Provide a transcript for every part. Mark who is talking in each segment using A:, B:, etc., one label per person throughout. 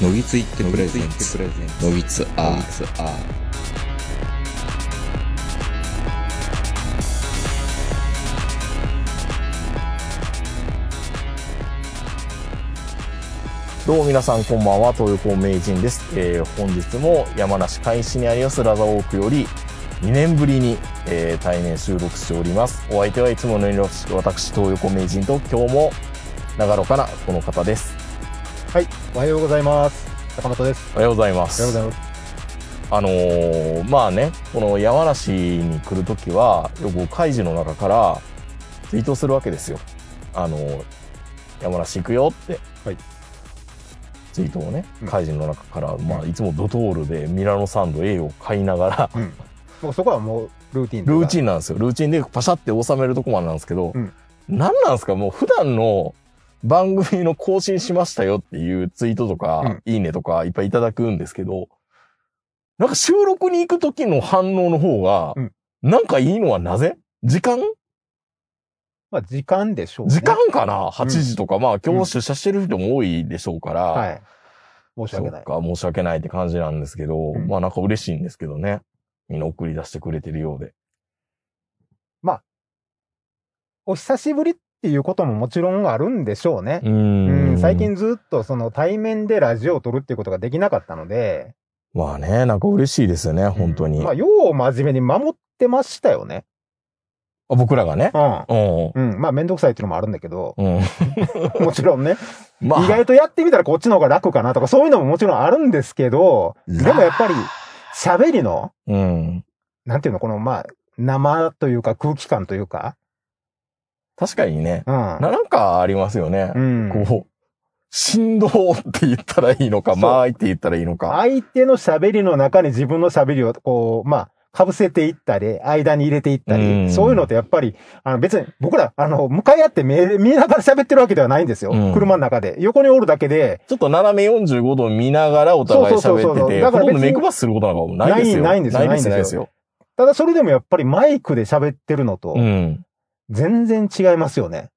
A: のぎついってプレゼンツ
B: プレゼン
A: のぎつアーツア
C: どうも皆さんこんばんは、東横名人です。えー本日も山梨海市にありますラザオークより2年ぶりに、えー対面収録しております。お相手はいつものように私、東横名人と今日も長野からこの方です。
D: はい、おはようございます。坂本です。
C: おはようございます。
D: おはようございます。
C: あのーまあね、この山梨に来るときは、よく開示の中からツイートするわけですよ。あのー山梨行くよって。
D: はい
C: ツイートをね
D: う、ん
C: 開示の中から、まあ、いつもドトールでミラノサンド A を買いながら、
D: うん、もうそこはもうルーティン
C: ルーチ
D: ン。
C: ンなんですよ。ルーチンでパシャって収めるとこまでなんですけど、
D: うん
C: なん、なんですかもう普段の番組の更新しましたよっていうツイートとか、いいねとかいっぱいいただくんですけど、なんか収録に行く時の反応の方が、
D: うん
C: なんかいいのはなぜ時間
D: まあ時間でしょう、ね。
C: 時間かな ?8 時とか、まあ今日出社してる人も多いでしょうから、
D: はい。申し
C: そ
D: 訳
C: っ
D: ない。
C: か、申し訳ないって感じなんですけど、
D: うん
C: まあなんか嬉しいんですけどね。みんな送り出してくれてるようで。
D: お久しぶりっていうことももちろんあるんでしょうね。うん、最近ずっとその対面でラジオを撮るっていうことができなかったので。
C: まあね、なんか嬉しいですよね、本当に。
D: まあ、
C: あ、
D: よう真面目に守ってましたよね。
C: 僕らがね。
D: うん。
C: うん。
D: うん。まあ、めんどくさいっていうのもあるんだ けど、
C: うん。
D: もちろんね、
C: まあ、
D: 意外とやってみたらこっちの方が楽かなとか、そういうのももちろんあるんですけど、でもやっぱり、喋りの、
C: うん。
D: なんていうの、この、まあ、生というか空気感というか。
C: 確かにね、
D: うん。
C: ななんかありますよね
D: う。ん、
C: こう、振動って言ったらいいのか、
D: そう
C: 間合いって言ったらいいのか。
D: 相手の喋りの中に自分の喋りを、こう、まあ、被せていったり、間に入れていった
C: う
D: り、
C: ん
D: そういうのってやっぱり、あの別に僕ら、あの、向かい合って目見えながら喋ってるわけではないんですよ。
C: うん
D: 車の中で。横におるだけで、
C: ちょっと斜め45度見ながらお互い
D: そうそうそう
C: 喋
D: そ
C: っ
D: う
C: てて、
D: だ
C: ほ
D: から
C: とん
D: 別
C: ど
D: に
C: 目くばすることなんかないですよ。
D: ないないんですよ
C: ないですよ。
D: な
C: ないで
D: いんですす
C: よ
D: よ。ただそれでもやっぱりマイクで喋ってるのと
C: う、ん。
D: 全然違いますよね。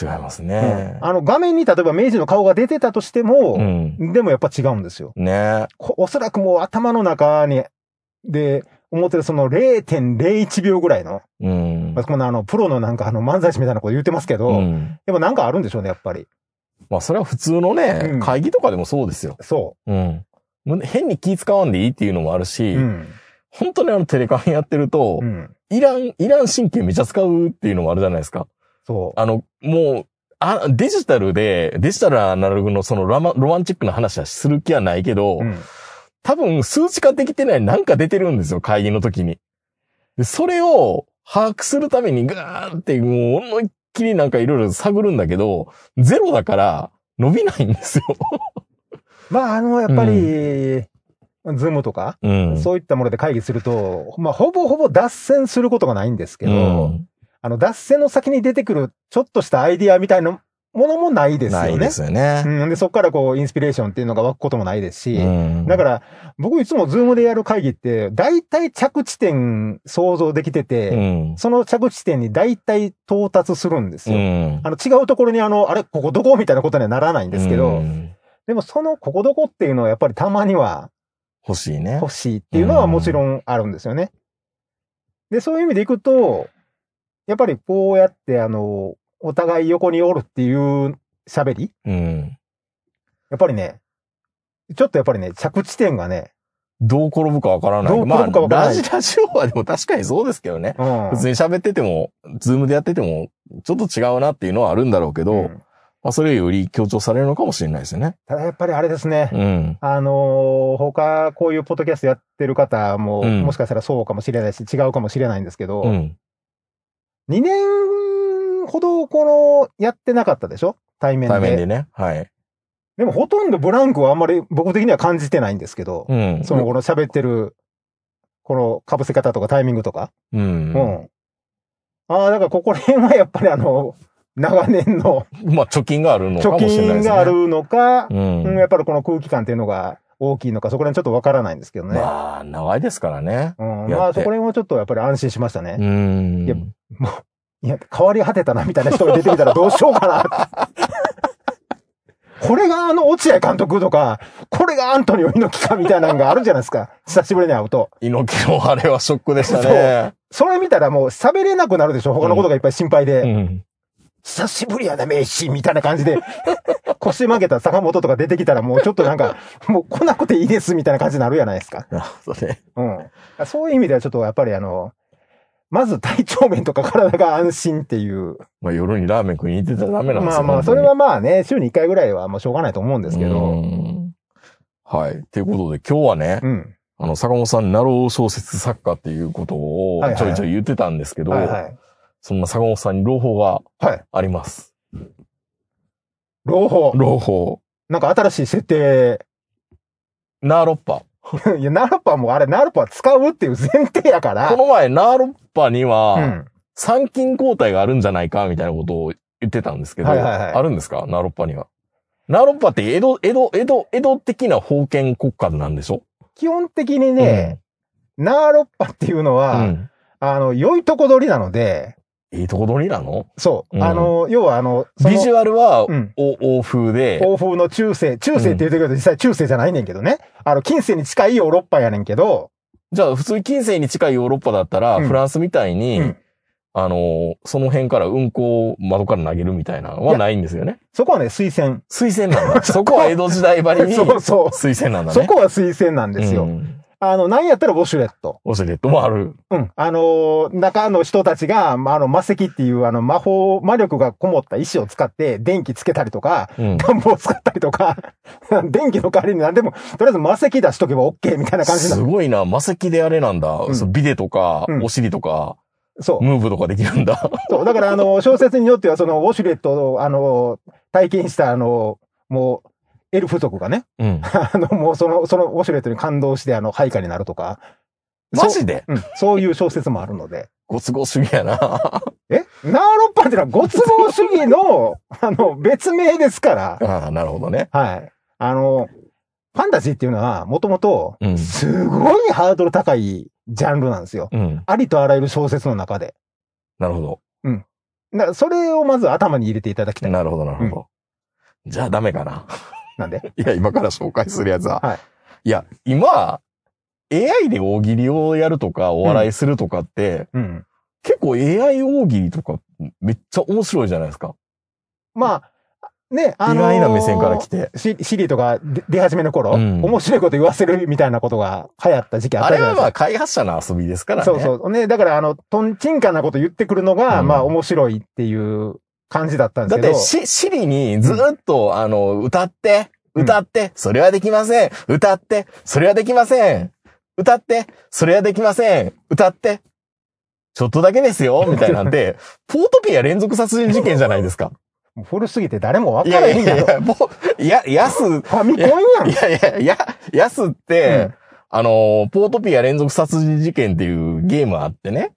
C: 違います
D: うん
C: ね。
D: あの、画面に例えば明治の顔が出てたとして
C: う
D: も、
C: ん。
D: でもやっぱ違うんですよ。
C: ね
D: こおそらくもう頭の中に、で、思ってるその0.01秒ぐらいの、
C: うん
D: まあ、。このあの、プロのなんかあの漫才師みたいなこと言ってますけど、
C: うん。
D: でもなんかあるんでしょうね、やっぱり。
C: まあ、それは普通の
D: う
C: ね
D: ん、
C: 会議とかでもそうですよ。
D: そ
C: うん。む変に気使わんでいいっていうのもある
D: う。
C: し、
D: うん。
C: 本当にあのテレカンやってると、
D: うん。
C: いらん、いらん神経めちゃ使うっていうのもあるじゃないですか。
D: そう。
C: あの、もう、あデジタルで、デジタルアナログのそのロマロマンチックな話はする気はないけど、
D: うん、
C: 多分数値化できてないなんか出てるんですよ、会議の時に。でそれを把握するためにガーンってもう思いっきりなんかいろいろ探るんだけど、ゼロだから伸びないんですよ。
D: まあ、あの、やっぱり、ズームとか、
C: うん。
D: そういったもので会議すると、まあ、ほぼほぼ脱線することがないんですけど、
C: うん
D: あの、脱線の先に出てくる、ちょっとしたアイディアみたいなものもないですよね。
C: ないですよね。
D: うん。で、そこからこう、インスピレーションっていうのが湧くこともないですし、
C: うん
D: だから、僕いつもズームでやる会議って、大体着地点想像できてて、
C: うん。
D: その着地点に大体到達するんです
C: う
D: よ。
C: ん。
D: あの違うところにあの、あれ、ここどこみたいなことにはならないんですけど、
C: うん
D: でもそのここどこっていうのはやっぱりたまには
C: 欲しいね。
D: 欲しいっていうのはもちろんあるんですよね。で、そういう意味でいくと、やっぱりこうやってあの、お互い横におるっていう喋り
C: うん。
D: やっぱりね、ちょっとやっぱりね、着地点がね、
C: どう転ぶかわからない。
D: どう転ぶかわから
C: ま
D: ない
C: あ、ラジラジオはでも確かにそうですけどね。
D: うん。
C: 普通に喋ってても、ズームでやってても、ちょっと違うなっていうのはあるんだろうけど、
D: うん
C: まあ、それより強調されるのかもしれないですよね。
D: ただやっぱりあれですね、
C: うん。
D: あのー他こういうポッドキャストやってる方も、
C: うん
D: もしかしたらそうかもしれないし、違うかもしれないんですけど、
C: うん。
D: 2年ほどこの、やってなかったでしょ対面で。
C: 対面でね。はい。
D: でもほとんどブランクはあんまり僕的には感じてないんですけど、
C: うん。
D: そのこの喋ってる、この被せ方とかタイミングとか。
C: う。
D: うんん。ああ、だからここら辺はやっぱりあの、長年の
C: まあ、貯金があるのかも
D: 貯
C: しれないで
D: 金
C: すね。
D: があ。るのか、
C: う
D: うん
C: ん。
D: やっぱりこの空気感っていうのが大きいのか、そこら辺ちょっとわからないんですけどね。
C: まあ、長いですからね。
D: うん、
C: やって
D: まあそこら辺はちょっとやっぱり安心しましたね。
C: うん。
D: いや いや、変わり果てたなみたいな人が出てきたらどうしようかな。これがあの落合監督とか、これがアントニオ猪木かみたいなのがあるじゃないですか。久しぶりに会うと。
C: 猪木のあれはショックでしたね。
D: それ見たらもう喋れなくなるでしょ。他のことがいっぱい心配で。
C: うん。
D: 久しぶりやな、名刺みたいな感じで、 腰曲げた坂本とか出てきたらもうちょっとなんか、もう来なくていいですみたいな感じになるじゃないですか。
C: なるほどね。
D: うん。そういう意味ではちょっとやっぱりあの、まず体調面とか体が安心っていう。
C: まあ夜にラーメン食いに行ってたらダメなんです
D: まあ
C: よ
D: まあ、それはまあね、週に1回ぐらいはもうしょうがないと思うんですけど。
C: うんはい。ということで今日はね、
D: うん。
C: あの、坂本さん、ナロー小説作家っていうことを
D: はいはい
C: ちょいちょい言ってたんですけど、
D: はいはい。
C: そんな坂本さんに朗報が
D: はい。
C: あります。
D: 朗報。
C: 朗報。
D: なんか新しい設定。
C: ナーロッパ。
D: いや、ナルパもあれ、ナルパ使うっていう前提やから。
C: この前、ナーロッパに
D: う
C: は、
D: ん。
C: 参勤交代があるんじゃないか、みたいなことを言ってたんですけど、
D: はいはいはい
C: あるんですかナーロッパには。ナーロッパって江戸、江戸、江戸、江戸的な封建国家なんでしょ
D: 基本的にね、ナーロッパっていうの
C: う
D: は、
C: ん。
D: あの、良いとこ取りなので、
C: いいとこ取りなの
D: そう。
C: うん
D: あの、要はあの、その
C: ビジュアルは、
D: うん。
C: お、欧風で、
D: 欧風の中世、中世って言うてるけど、実際中世じゃないねんけどね。あの、近世に近いヨーロッパやねんけど、
C: じゃあ普通に近世に近いヨーロッパだったら、
D: うん
C: フランスみたいに、
D: うん
C: あの、その辺から運行を窓から投げるみたいなの
D: い
C: は
D: や
C: ないんですよ ね。
D: そこはね、推薦。
C: 推薦なん だ。そこは江戸時代ばりに、
D: そうそう。
C: 推薦なんだね。
D: そこは推薦なんですよ。
C: うん
D: あの、なんやったらウォシュレット。
C: オセレットもある。
D: うん。あの、中の人たちが、まああの、魔石っていう、あの、魔法、魔力がこもった石を使って、電気つけたりとか、
C: うん
D: 暖房使ったりとか、 電気の代わりに何でも、とりあえず魔石出しとけば OK みたいな感じな
C: す
D: の。
C: ごいな。魔石であれなんだ。
D: ん
C: そうビデとか、
D: うん
C: お尻とか、
D: そう。
C: ムーブとかできるんだ。
D: そう、だから、あの、小説によっては、その、ウォシュレットを、あの、体験した、あの、もう、エルフ族がね、
C: うん。
D: あの、 もう、その、そのウォシュレットに感動して、あの、配下になるとか、
C: マジで
D: うん、そういう小説もあるので。
C: ご都合主義やな。
D: えナーロッパってのは、ご都合主 義の、あの、別名ですから、
C: ああ、なるほどね。
D: はい。あの、ファンタジーっていうのは、もともと
C: う、ん
D: すごいハードル高いジャンルなんですよ。
C: うん。
D: ありとあらゆる小説の中で。
C: なるほど。
D: だからそれをまず頭に入れていただきたい。
C: なるほど、なるほど。じゃあダメかな。
D: なんで。
C: いや、今から紹介するやつは。
D: はい。
C: いや、今、AI で大喜利をやるとか、お笑いするとかって、
D: うん。
C: 結構 AI 大喜利とか、めっちゃ面白いじゃないですか。
D: まあ、ね、あ
C: 意
D: のー
C: 外な目線から来て。
D: シシリとかで出始めの頃、
C: うん
D: 面白いこと言わせるみたいなことが流行った時期あっ
C: あ
D: た
C: れ
D: じゃない
C: はま
D: ですか。
C: あ、開発者の遊びですからね。
D: そうそう。ね、だから、あの、とんちんかなこと言ってくるのが、
C: うん
D: まあ、面白いっていう感じだったんで
C: だ
D: す
C: っ
D: けど。
C: て、シシリにずっと、あの、歌って、歌って、それはできません。歌って、それはできません。歌って、それはできません。歌って、ちょっとだけですよ、みたいなん て、ポートピア連続殺人事件じゃないですか。
D: もう古すぎて誰もわ
C: い
D: から
C: や
D: へん
C: い
D: け
C: やい
D: ど。
C: や、もう、いや、やす、
D: ファミコンやん
C: い。やいや、や、やすって、
D: うん
C: あの、ポートピア連続殺人事件っていうゲームあってね。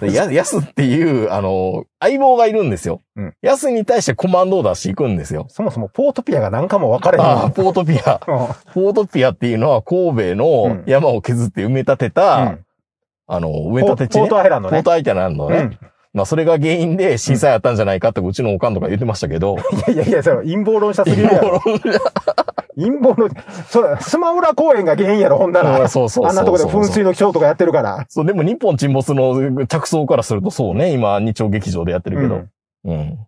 C: でや、やすっていう、あの、相棒がいるんですよ。
D: うん
C: やすに対してコマンドを出していくんですよ。
D: そもそもポートピアが何かもわからへん
C: あ
D: わ
C: あ、ポートピア。ポートピアっていうのは神戸の山を削って埋め立てた、
D: うん
C: あの、埋
D: う
C: め
D: ん
C: 立
D: ポポ
C: て地、ね、
D: ートアイランド
C: ポー
D: ね。
C: トアイテナのね。
D: うん
C: まあ、それが原因で震災あったんじゃないかって、うちのおかんとか言ってましたけ ど。
D: いやいやいや、それ陰謀論者すぎる やろ。陰謀論、それ、スマウラ公園が原因やろ、ほんなら。
C: そうそうそうそう。
D: あんなとこで噴水のショーとかやってるから。
C: そう、でも日本沈没の着想からするとそうね、今、日曜劇場でやってるけど。うん。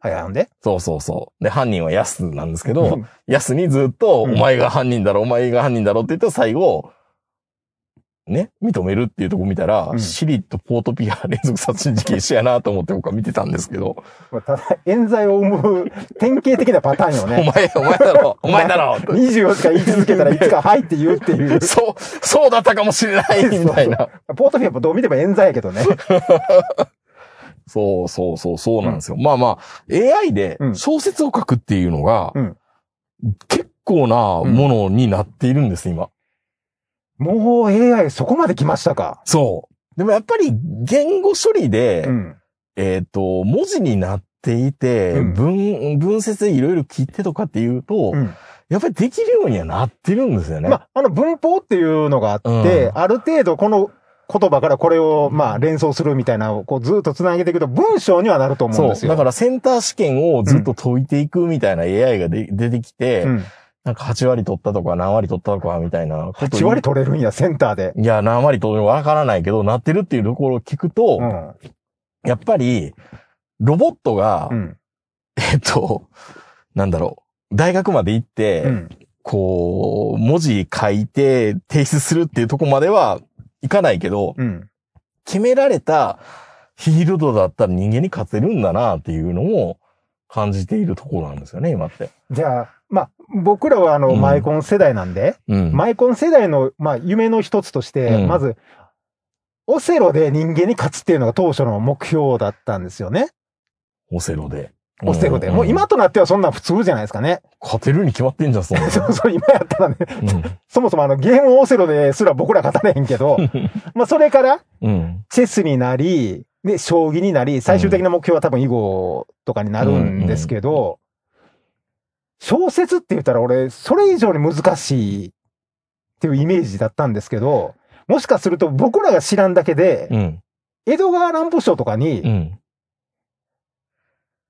D: はい、ほんで。
C: そうそうそう。で、犯人はヤスなんですけ
D: う
C: ど
D: ん、
C: ヤスにずっと、
D: うん
C: お前が犯人だろ、お前が犯人だろって言って最後、ね、認めるっていうとこ見たら、
D: うん
C: シリとポートピア連続殺人事件一緒やなと思って僕は見てたんですけど、
D: まあただ、冤罪を生む典型的なパターンよ
C: お前
D: ね。、
C: お前だろ、お前だろ って
D: 24時間言い続けたらいつかはいって言うっていう。
C: そう、そうだったかもしれないみたいな。
D: ポートフィアもどう見ても冤罪やけどね。
C: そうそうそう、そうなんですよ。まあまあ、AI で
D: うん
C: 小説を書くっていうのが、
D: うん
C: 結構なものになっているんです、今。
D: もう AI そこまで来ましたか。
C: そう。でもやっぱり言語処理で、
D: うん。
C: えっ、と、文字になっていて、
D: うん
C: 文、文節でいろいろ切ってとかっていうと、
D: うん
C: やっぱりできるようにはなってるんですよね。
D: まあ、あの文法っていうのがあって、
C: うん
D: ある程度この言葉からこれを、まあ、連想するみたいなのを、こう、ずっと繋げていくと、文章にはなると思うん
C: そ
D: で
C: う。
D: すよ。
C: だからセンター試験をずっと解いていくみたいな AI がで出てきて、
D: うん。
C: なんか8割取ったとか何割取ったとかみたいなことに
D: 8割取れるんや、センターで。
C: いや、何割取るのかわからないけど、なってるっていうところを聞くと、
D: うん。
C: やっぱり、ロボットが、
D: うん。
C: えっと、なんだろう、大学まで行って、
D: うん。
C: こう、文字書いて提出するっていうとこまではいかないけど、
D: うん。
C: 決められたフィールドだったら人間に勝てるんだなっていうのを感じているところなんですよね、今って。
D: じゃあ、まあ、僕らは、あの、
C: うん
D: マイコン世代なんで、
C: うん。
D: マイコン世代の、まあ、夢の一つとして、
C: うん
D: まず、オセロで人間に勝つっていうのが当初の目標だったんですよね。
C: オセロで。
D: オセロで。
C: ん
D: もう今となってはそんなん普通じゃないですかね。
C: 勝てるに決まってんじゃん、そんな
D: そうそう、今やったらね、そもそもあの、ゲームオセロですら僕ら勝たれへんけ ど、まあ、それから、
C: うん。うん。
D: チェスになり、で、将棋になり、最終的な目標は多分囲碁とかになるんですけど、小説って言ったら俺、それ以上に難しいっていうイメージだったんですけど、もしかすると僕らが知らんだけで、
C: うん。
D: 江戸川乱歩賞とか
C: う
D: に、
C: ん。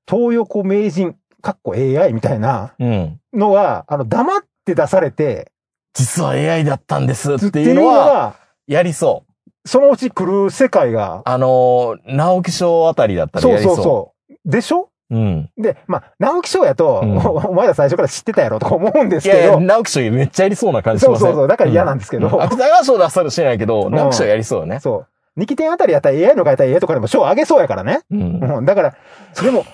D: 東横名人、かっこ AI みたいな
C: うん。
D: のは、あの、黙って出されて、
C: 実は AI だったんですって
D: って
C: い
D: いうう
C: の
D: の
C: は、
D: が、
C: やりそう。
D: そのうち来る世界が、
C: あのー、直木賞あたりだったら
D: そう
C: やりそ
D: そ
C: う。
D: うそう。でしょ
C: う。うん。
D: で、まあ、直木賞やと、
C: うん
D: おお前ら最初から知ってたやろとか思うんです
C: い
D: けど、
C: やいや、直木賞めっちゃやりそうな感じし
D: そ
C: ま
D: う
C: す
D: そうそう、だから嫌なんですけど、
C: 芥川賞出さるしないけど、直木賞やりそうよね。
D: そう。二期点あたりやったら AI の描いた絵とかでも賞あげそうやからね。
C: うん。
D: うん、だから、でも、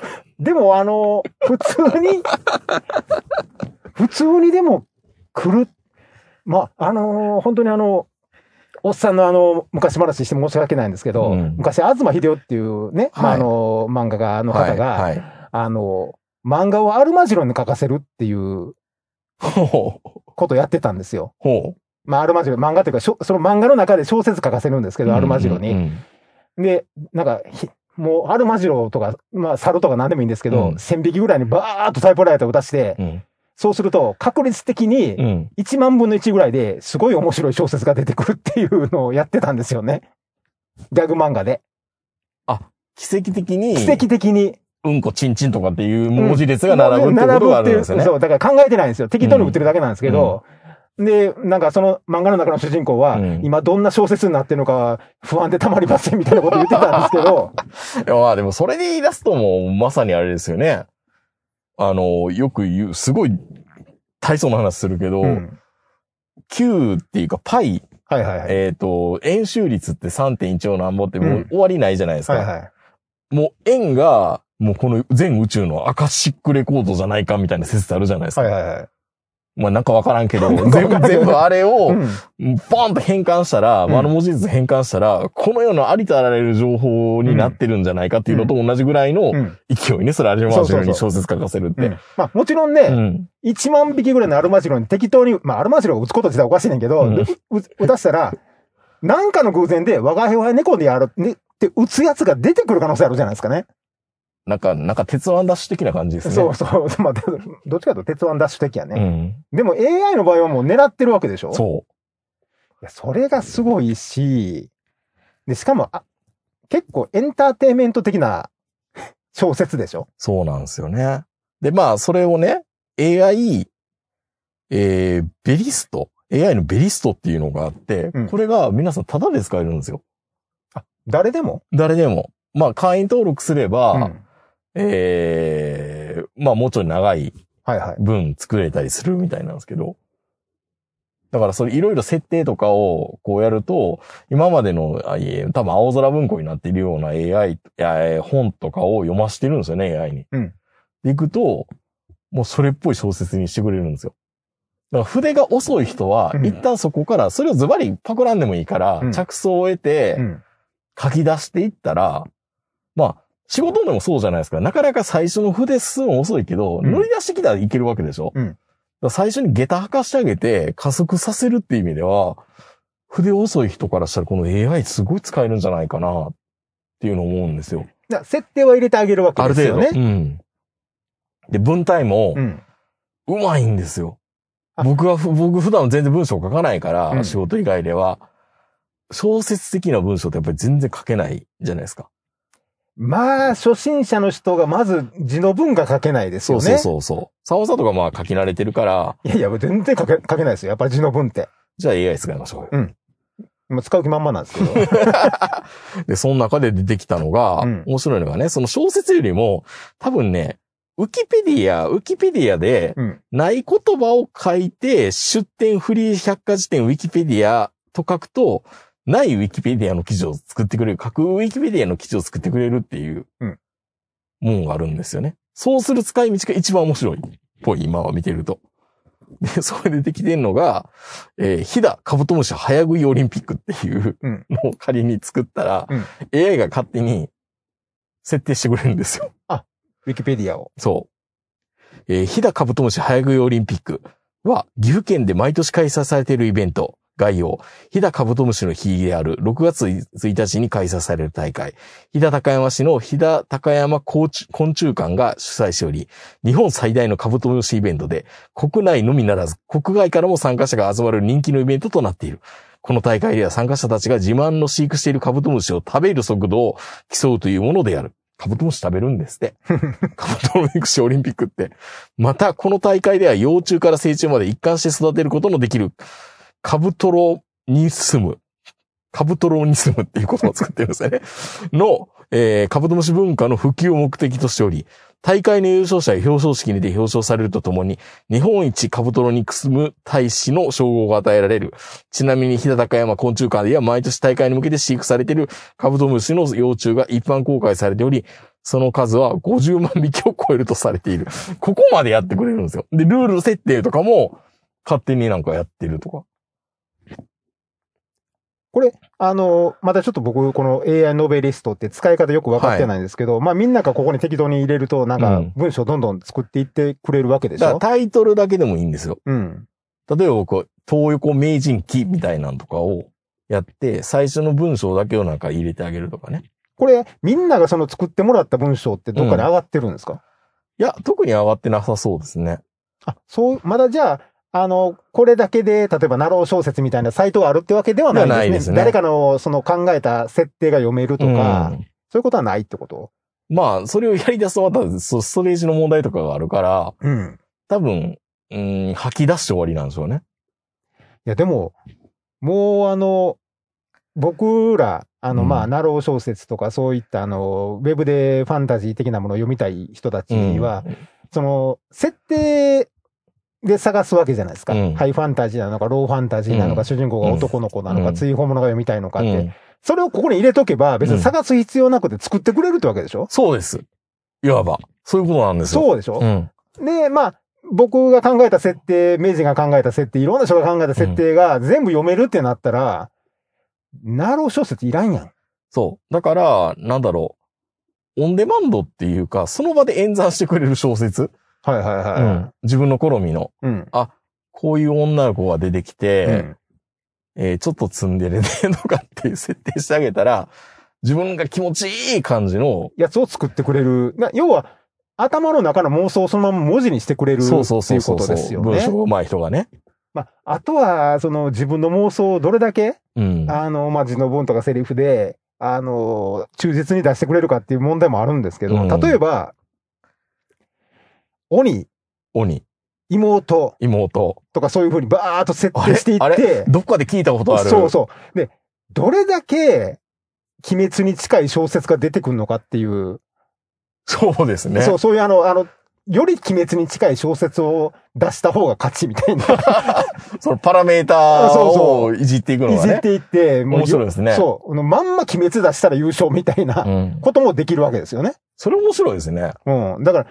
D: でもあの、普通に、 普通にでも来る。まあ、あのー本当にあの、おっさんのあの、昔話して申し訳ないんですけど、
C: うん
D: 昔、東秀夫っていうね、まあ、
C: はい
D: あの、漫画家の方が、
C: はい。はい
D: あの、漫画をアルマジロに描かせるっていう
C: ほう。
D: ことやってたんですよ。
C: ほ
D: まあ、アルマジロ、漫画というか、しょその漫画の中で小説書かせるんですけ
C: う。
D: ど、アルマジロに。
C: うんうん
D: で、なんか、ひもう、アルマジロとか、まあ、猿とか何でもいいんですけ
C: う
D: ど、
C: ん
D: 1000匹ぐらいにバーっとタイプライターを出して、
C: うん。
D: そうすると、確率的
C: う
D: に、
C: ん。
D: 1万分の1ぐらいですごい面白い小説が出てくるっていうのをやってたんですよね。ギャグ漫画で。
C: 奇跡的に、
D: 奇跡的に。
C: うんこちんちんとかっていう文字列が並ぶってことがあるんですよね。
D: そう、だから考えてないんですよ。適当に売ってるだけなんですけど、で、なんかその漫画の中の主人公は、
C: うん
D: 今どんな小説になってるのか不安でたまりませんみたいなこと言ってたんですけ ど、
C: いやまあでもそれで言い出すともうまさにあれですよね。あの、よく言う、すごい大層な話するけど、
D: うん、
C: Q っていうかパイ、
D: はいはいはい。
C: えっ、と、円周率って3.1をなんぼっても
D: うん
C: う終わりないじゃないですか。
D: はいはい。
C: もう円が、もうこの全宇宙のアカシックレコードじゃないかみたいな説あるじゃないですか。
D: はいはいはい。
C: まあなんかわからん けど、
D: んかわ
C: 全
D: からん
C: 部、全部あれ
D: う
C: を、
D: ん
C: ボンと変換したら、
D: うん
C: 丸文字ずつ変換したら、この世のありとあらゆる情報になってるんじゃないかっていうのと同じぐらいの
D: うん
C: 勢いね、それアルマジロに小説書かせるっ
D: う
C: て
D: ん。まあもちろんね、
C: うん。
D: 1万匹ぐらいのアルマジロに適当に、まあアルマジロを打つこと自体おかしいねんけど、
C: うん
D: でう打たしたら、なんかの偶然で、我が輩は猫でやる、ね、って打つやつが出てくる可能性あるじゃないですかね。
C: なんか、なんか鉄腕ダッシュ的な感じですね。
D: そうそう。まあ、どっちかというと鉄腕ダッシュ的や
C: う
D: ね。
C: ん。
D: でも AI の場合はもう狙ってるわけでしょ
C: そ
D: いやそれがすごいし、で、しかも、あ、結構エンターテインメント的な 小説でしょ
C: う。そうなんですよね。で、まあ、それをね、AI、えー、ベリスト。AI のベリストっていうのがあって、
D: うん
C: これが皆さんタダで使えるんですよ。
D: 誰でも、
C: 誰でも。まあ、会員登録すれば、
D: うん
C: えー、まあ、もうちょい長い
D: はいはい。
C: 分作れたりするみたいなんですけど。だからそれいろいろ設定とかをこうやると、今までの、あいえ、多分青空文庫になっているような AI、いやえー本とかを読ましてるんですよね、AI に。
D: うん
C: で、いくと、もうそれっぽい小説にしてくれるんですよ。だから筆が遅い人は
D: う、ん
C: 一旦そこから、それをズバリパクらんでもいいから
D: うん、
C: 着想を得て、
D: うん。
C: 書き出していったら、まあ、仕事でもそうじゃないですか。なかなか最初の筆進むの遅いけど、
D: うん
C: 乗り出してきたらいけるわけでしょ、
D: うん
C: だから最初に下駄履かしてあげて、加速させるっていう意味では、筆遅い人からしたらこの AI すごい使えるんじゃないかな、っていうのを思うんですよ。
D: だから設定は入れてあげるわけ
C: ある
D: です
C: 程
D: よ
C: 度。
D: ね。
C: うん。で、文体も
D: う、ん。
C: うまいんですよ。
D: あ
C: 僕はふ、僕普段全然文章書かないから、
D: うん
C: 仕事以外では。小説的な文章ってやっぱり全然書けないじゃないですか。
D: まあ、初心者の人がまず字の文が書けないです
C: そ
D: よ
C: うそ
D: ね。
C: うそうそう。沢さんとかまあ書き慣れてるから、
D: いやいや、全然書け書けないですよ。やっぱり字の文って。
C: じゃあ AI 使いましょうよ。
D: もう使う気満々なんです けど。
C: で、その中で出てきたのが、
D: うん
C: 面白いのがね、その小説よりも、多分ね、ウィキペディア、ウィキペディアで、
D: うん。
C: ない言葉を書いて、出典フリー百科事典ウィキペディアと書くと、ないウィキペディアの記事を作ってくれる、架空ウィキペディアの記事を作ってくれるっていう
D: うん、
C: もんがあるんですよね。そうする使い道が一番面白い、っぽい、今は見てると。で、そこでできてんのが、えー、ヒダ、カブトムシ早食いオリンピックっていう
D: うん
C: のを仮に作ったら、
D: うん
C: AI が勝手に設定してくれるんですよ。
D: ウィキペディアを。
C: そう。えー、ひだカブトムシ早食いオリンピックは、岐阜県で毎年開催されているイベント。概要。ひだカブトムシの日である6月1日に開催される大会。ひだ高山市のひだ高山昆虫昆虫館が主催しており、日本最大のカブトムシイベントで、国内のみならず、国外からも参加者が集まる人気のイベントとなっている。この大会では参加者たちが自慢の飼育しているカブトムシを食べる速度を競うというものである。カブトムシ食べるんですって。カブトムシオリンピックって。また、この大会では幼虫から成虫まで一貫して育てることのできるカブトロニスム。カブトロニスムっていう言葉を作ってるんですよね。の、えーカブトムシ文化の普及を目的としており、大会の優勝者や表彰式にて表彰されるとともに、日本一カブトロニクスム大使の称号が与えられる。ちなみに、日田高山昆虫館では毎年大会に向けて飼育されているカブトムシの幼虫が一般公開されており、その数は50万匹を超えるとされている。 ここまでやってくれるんですよ。で、ルール設定とかも勝手になんかやってるとか。
D: これ、あの、まだちょっと僕、この AI ノベリストって使い方よく分かってないんですけど、まあみんながここに適当に入れると、なん
C: う
D: か
C: ん
D: 文章どんどん作っていってくれるわけでし
C: だから
D: ょ、
C: タイトルだけでもいいんですよ。
D: うん。
C: 例えば僕、東横名人記みたいなんとかをやって、最初の文章だけをなんか入れてあげるとかね。
D: これ、みんながその作ってもらった文章ってどっかに上がってるんですか、
C: いや、特に上がってなさそうですね。
D: あ、そう、まだじゃあ、あの、これだけで、例えば、ナロー小説みたいなサイトがあるってわけではないんですね。
C: ではないですね
D: 誰かの、その考えた設定が読めるとか、
C: うん
D: そういうことはないってこと
C: まあ、それをやり出すとまた、そストレージの問題とかがあるから、
D: うん。
C: 多分、うん、吐き出して終わりなんでしょうね。
D: いや、でも、もうあの、僕ら、あ
C: う
D: の、
C: ん
D: まあ、ナロー小説とか、そういった、あの、ウェブでファンタジー的なものを読みたい人たち
C: うん
D: は、その、設定で探すわけじゃないですか。
C: うん
D: ハイファンタジーなのか、ローファンタジーなのか、
C: うん
D: 主人公が男の子なのか、
C: うん
D: 追放者が読みたいのかって、
C: うん
D: それをここに入れとけば、別に探す必要なくて作ってくれるってわけでしょ、
C: そうです。いわば。そういうことなんですよ。
D: そうでしょ、
C: ん。
D: で、まあ、僕が考えた設定、明治が考えた設定、いろんな人が考えた設定が全部読めるってなったら、ナロー小説いらんやん。
C: そう。だから、なんだろう。オンデマンドっていうか、その場で演算してくれる小説。
D: はいはいは
C: 自分の好みの。
D: い。うん。
C: こういう女の子が出てき
D: う
C: て、
D: ん。
C: えーちょっとツンデレでとかっていう設定してあげたら、自分が気持ちいい感じの、
D: やつを作ってくれる。な要は、頭の中の妄想をそのまま文字にしてくれるってい
C: そうそうそう
D: う
C: そ
D: こ
C: う
D: と
C: そう、
D: ですよ
C: 文章
D: ね。
C: が上手い人がね。
D: まあ、あとは、その自分の妄想をどれだけ、
C: うん。
D: あの、まあ、字の文とかセリフで、あの、忠実に出してくれるかっていう問題もあるんですけど、
C: うん
D: 例えば、鬼、
C: 鬼、
D: 妹
C: 妹。
D: とかそういうふうにバーっと設定してい
C: あ
D: っ
C: れ
D: て、
C: どっかで聞いたことある。
D: そうそう。で、どれだけ、鬼滅に近い小説が出てくるのかっていう、
C: そうですね。
D: そう、そういうあの、あの、より鬼滅に近い小説を出した方が勝ちみたいな、
C: そのパラメータ
D: あ
C: ー
D: そうそ
C: をいじっていくの
D: い
C: が
D: じっ
C: ね。
D: ていって、もう
C: 面白いですね。
D: そう、あのまんま鬼滅出したら優勝みたいな
C: うん。
D: こともできるわけですよね。
C: それ面白いですね。
D: うん。だから、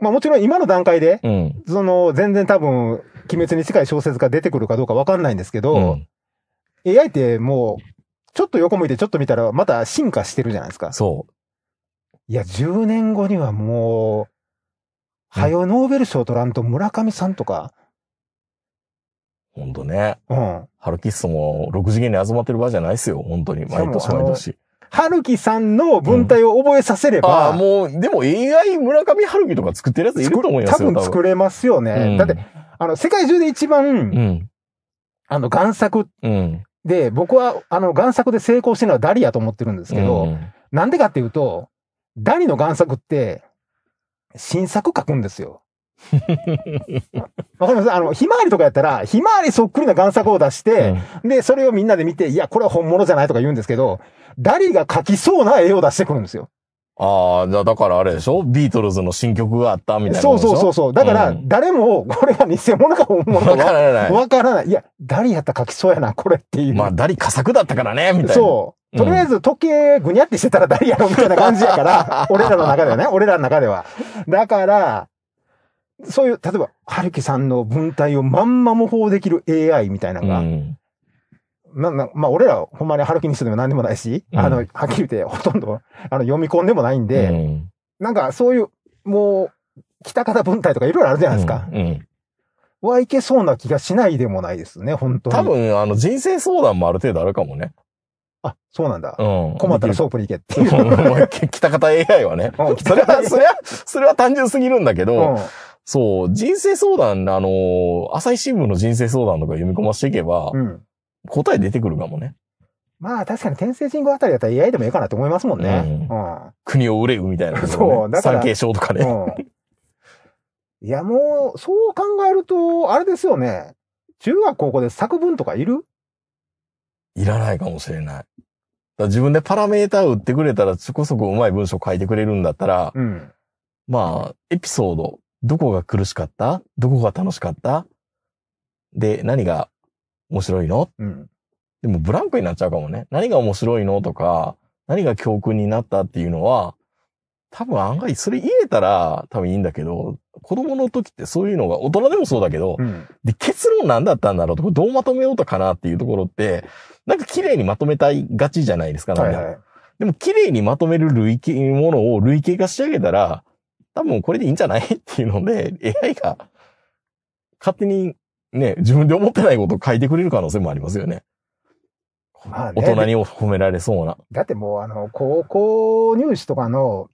D: まあもちろん今の段階で、
C: うん。
D: その、全然多分、鬼滅に近い小説が出てくるかどうかわかんないんですけど、AI ってもう、ちょっと横向いてちょっと見たら、また進化してるじゃないですか。
C: そ
D: いや、10年後にはもう、はよノーベル賞取らんと村上さんとか、
C: う。ほんとね。
D: うん。
C: ハルキッソも6次元に集まってる場合じゃないですよ。本当に。毎年毎年。
D: 春樹さんの文体を覚えさせれば、
C: ああ、もう、でも AI 村上春樹とか作ってるやついると思いますよ。
D: 作多分作れますよね。
C: うん
D: だって、あの、世界中で一番、
C: うん。
D: あの、贋作
C: うん。
D: で、僕は、あの、贋作で成功してるのはダリやと思ってるんですけ
C: う
D: ど、
C: ん
D: な、んでかっていうと、ダリの贋作って、新作書くんで すよ。わかりますあの、ひまわりとかやったら、ひまわりそっくりな贋作を出して、で、それをみんなで見て、いや、これは本物じゃないとか言うんですけど、ダリが書きそうな絵を出してくるんですよ。
C: ああ、じゃあだからあれでしょビートルズの新曲があったみたいな
D: そうそうそ
C: そ
D: うそう。だから、
C: うん
D: 誰も、これが偽物か本物か
C: わか
D: わ
C: らない。
D: わからない。いや、ダリやったら書きそうやな、これっていう。
C: まあ、ダリ佳作だったからね、みたいな。
D: そう。とりあえず時計ぐにゃってしてたら誰やろみたいな感じや から、俺らの中ではね、俺らの中では。だから、そういう、例えば、春樹さんの文体をまんま模倣できる AI みたいなのが、
C: ん。
D: ななまあ俺らはほんまに春樹にしてでも何でもないし、
C: うん
D: あの、はっきり言ってほとんどあの読み込んでもないんで、
C: うん
D: なんかそういう、もう、北方文体とかいろいろあるじゃないですか。
C: うんうん
D: はいけそうな気がしないでもないですね、本当に。
C: 多。分、あの、人生相談もある程度あるかもね。
D: あ、そうなんだ。
C: うん。
D: 困ったらソープに行けって
C: で
D: い
C: きる。
D: う。
C: もう北方 AI はね。
D: うん
C: それは、それは、それは単純すぎるんだけど、
D: うん
C: そう、人生相談、あのー、朝日新聞の人生相談とか読み込ませていけば、
D: うん。
C: 答え出てくるかもね。
D: まあ確かに天聖神宮あたりだったら AI でもいいかなと思いますもんね。う
C: 国を憂うみたいなことね、
D: そうだから
C: 産経省とかね。
D: ん。 うん。いやもう、そう考えると、あれですよね。中学高校で作文とかいる
C: いらないかもしれない。だから自分でパラメータを打ってくれたら、そこそこうまい文章書いてくれるんだったら、
D: うん。
C: まあ、エピソード。どこが苦しかったどこが楽しかったで、何が面白いの
D: うん。
C: でもブランクになっちゃうかもね。何が面白いのとか、何が教訓になったっていうのは、多分案外それ言えたら多分いいんだけど、子供の時ってそういうのが、大人でもそうだけど
D: う、ん。
C: で、結論何だったんだろうとか、どうまとめようとかなっていうところって、なんか綺麗にまとめたいがちじゃないですか、なん
D: は
C: か
D: いはい。
C: でも綺麗にまとめる類型、ものを類型化仕上げたら、多分これでいいんじゃないっていうので、AI が勝手にね、自分で思ってないことを書いてくれる可能性もありますよね。
D: まあね
C: 大人に褒められそうな。
D: だってもう、あの、高校入試とかの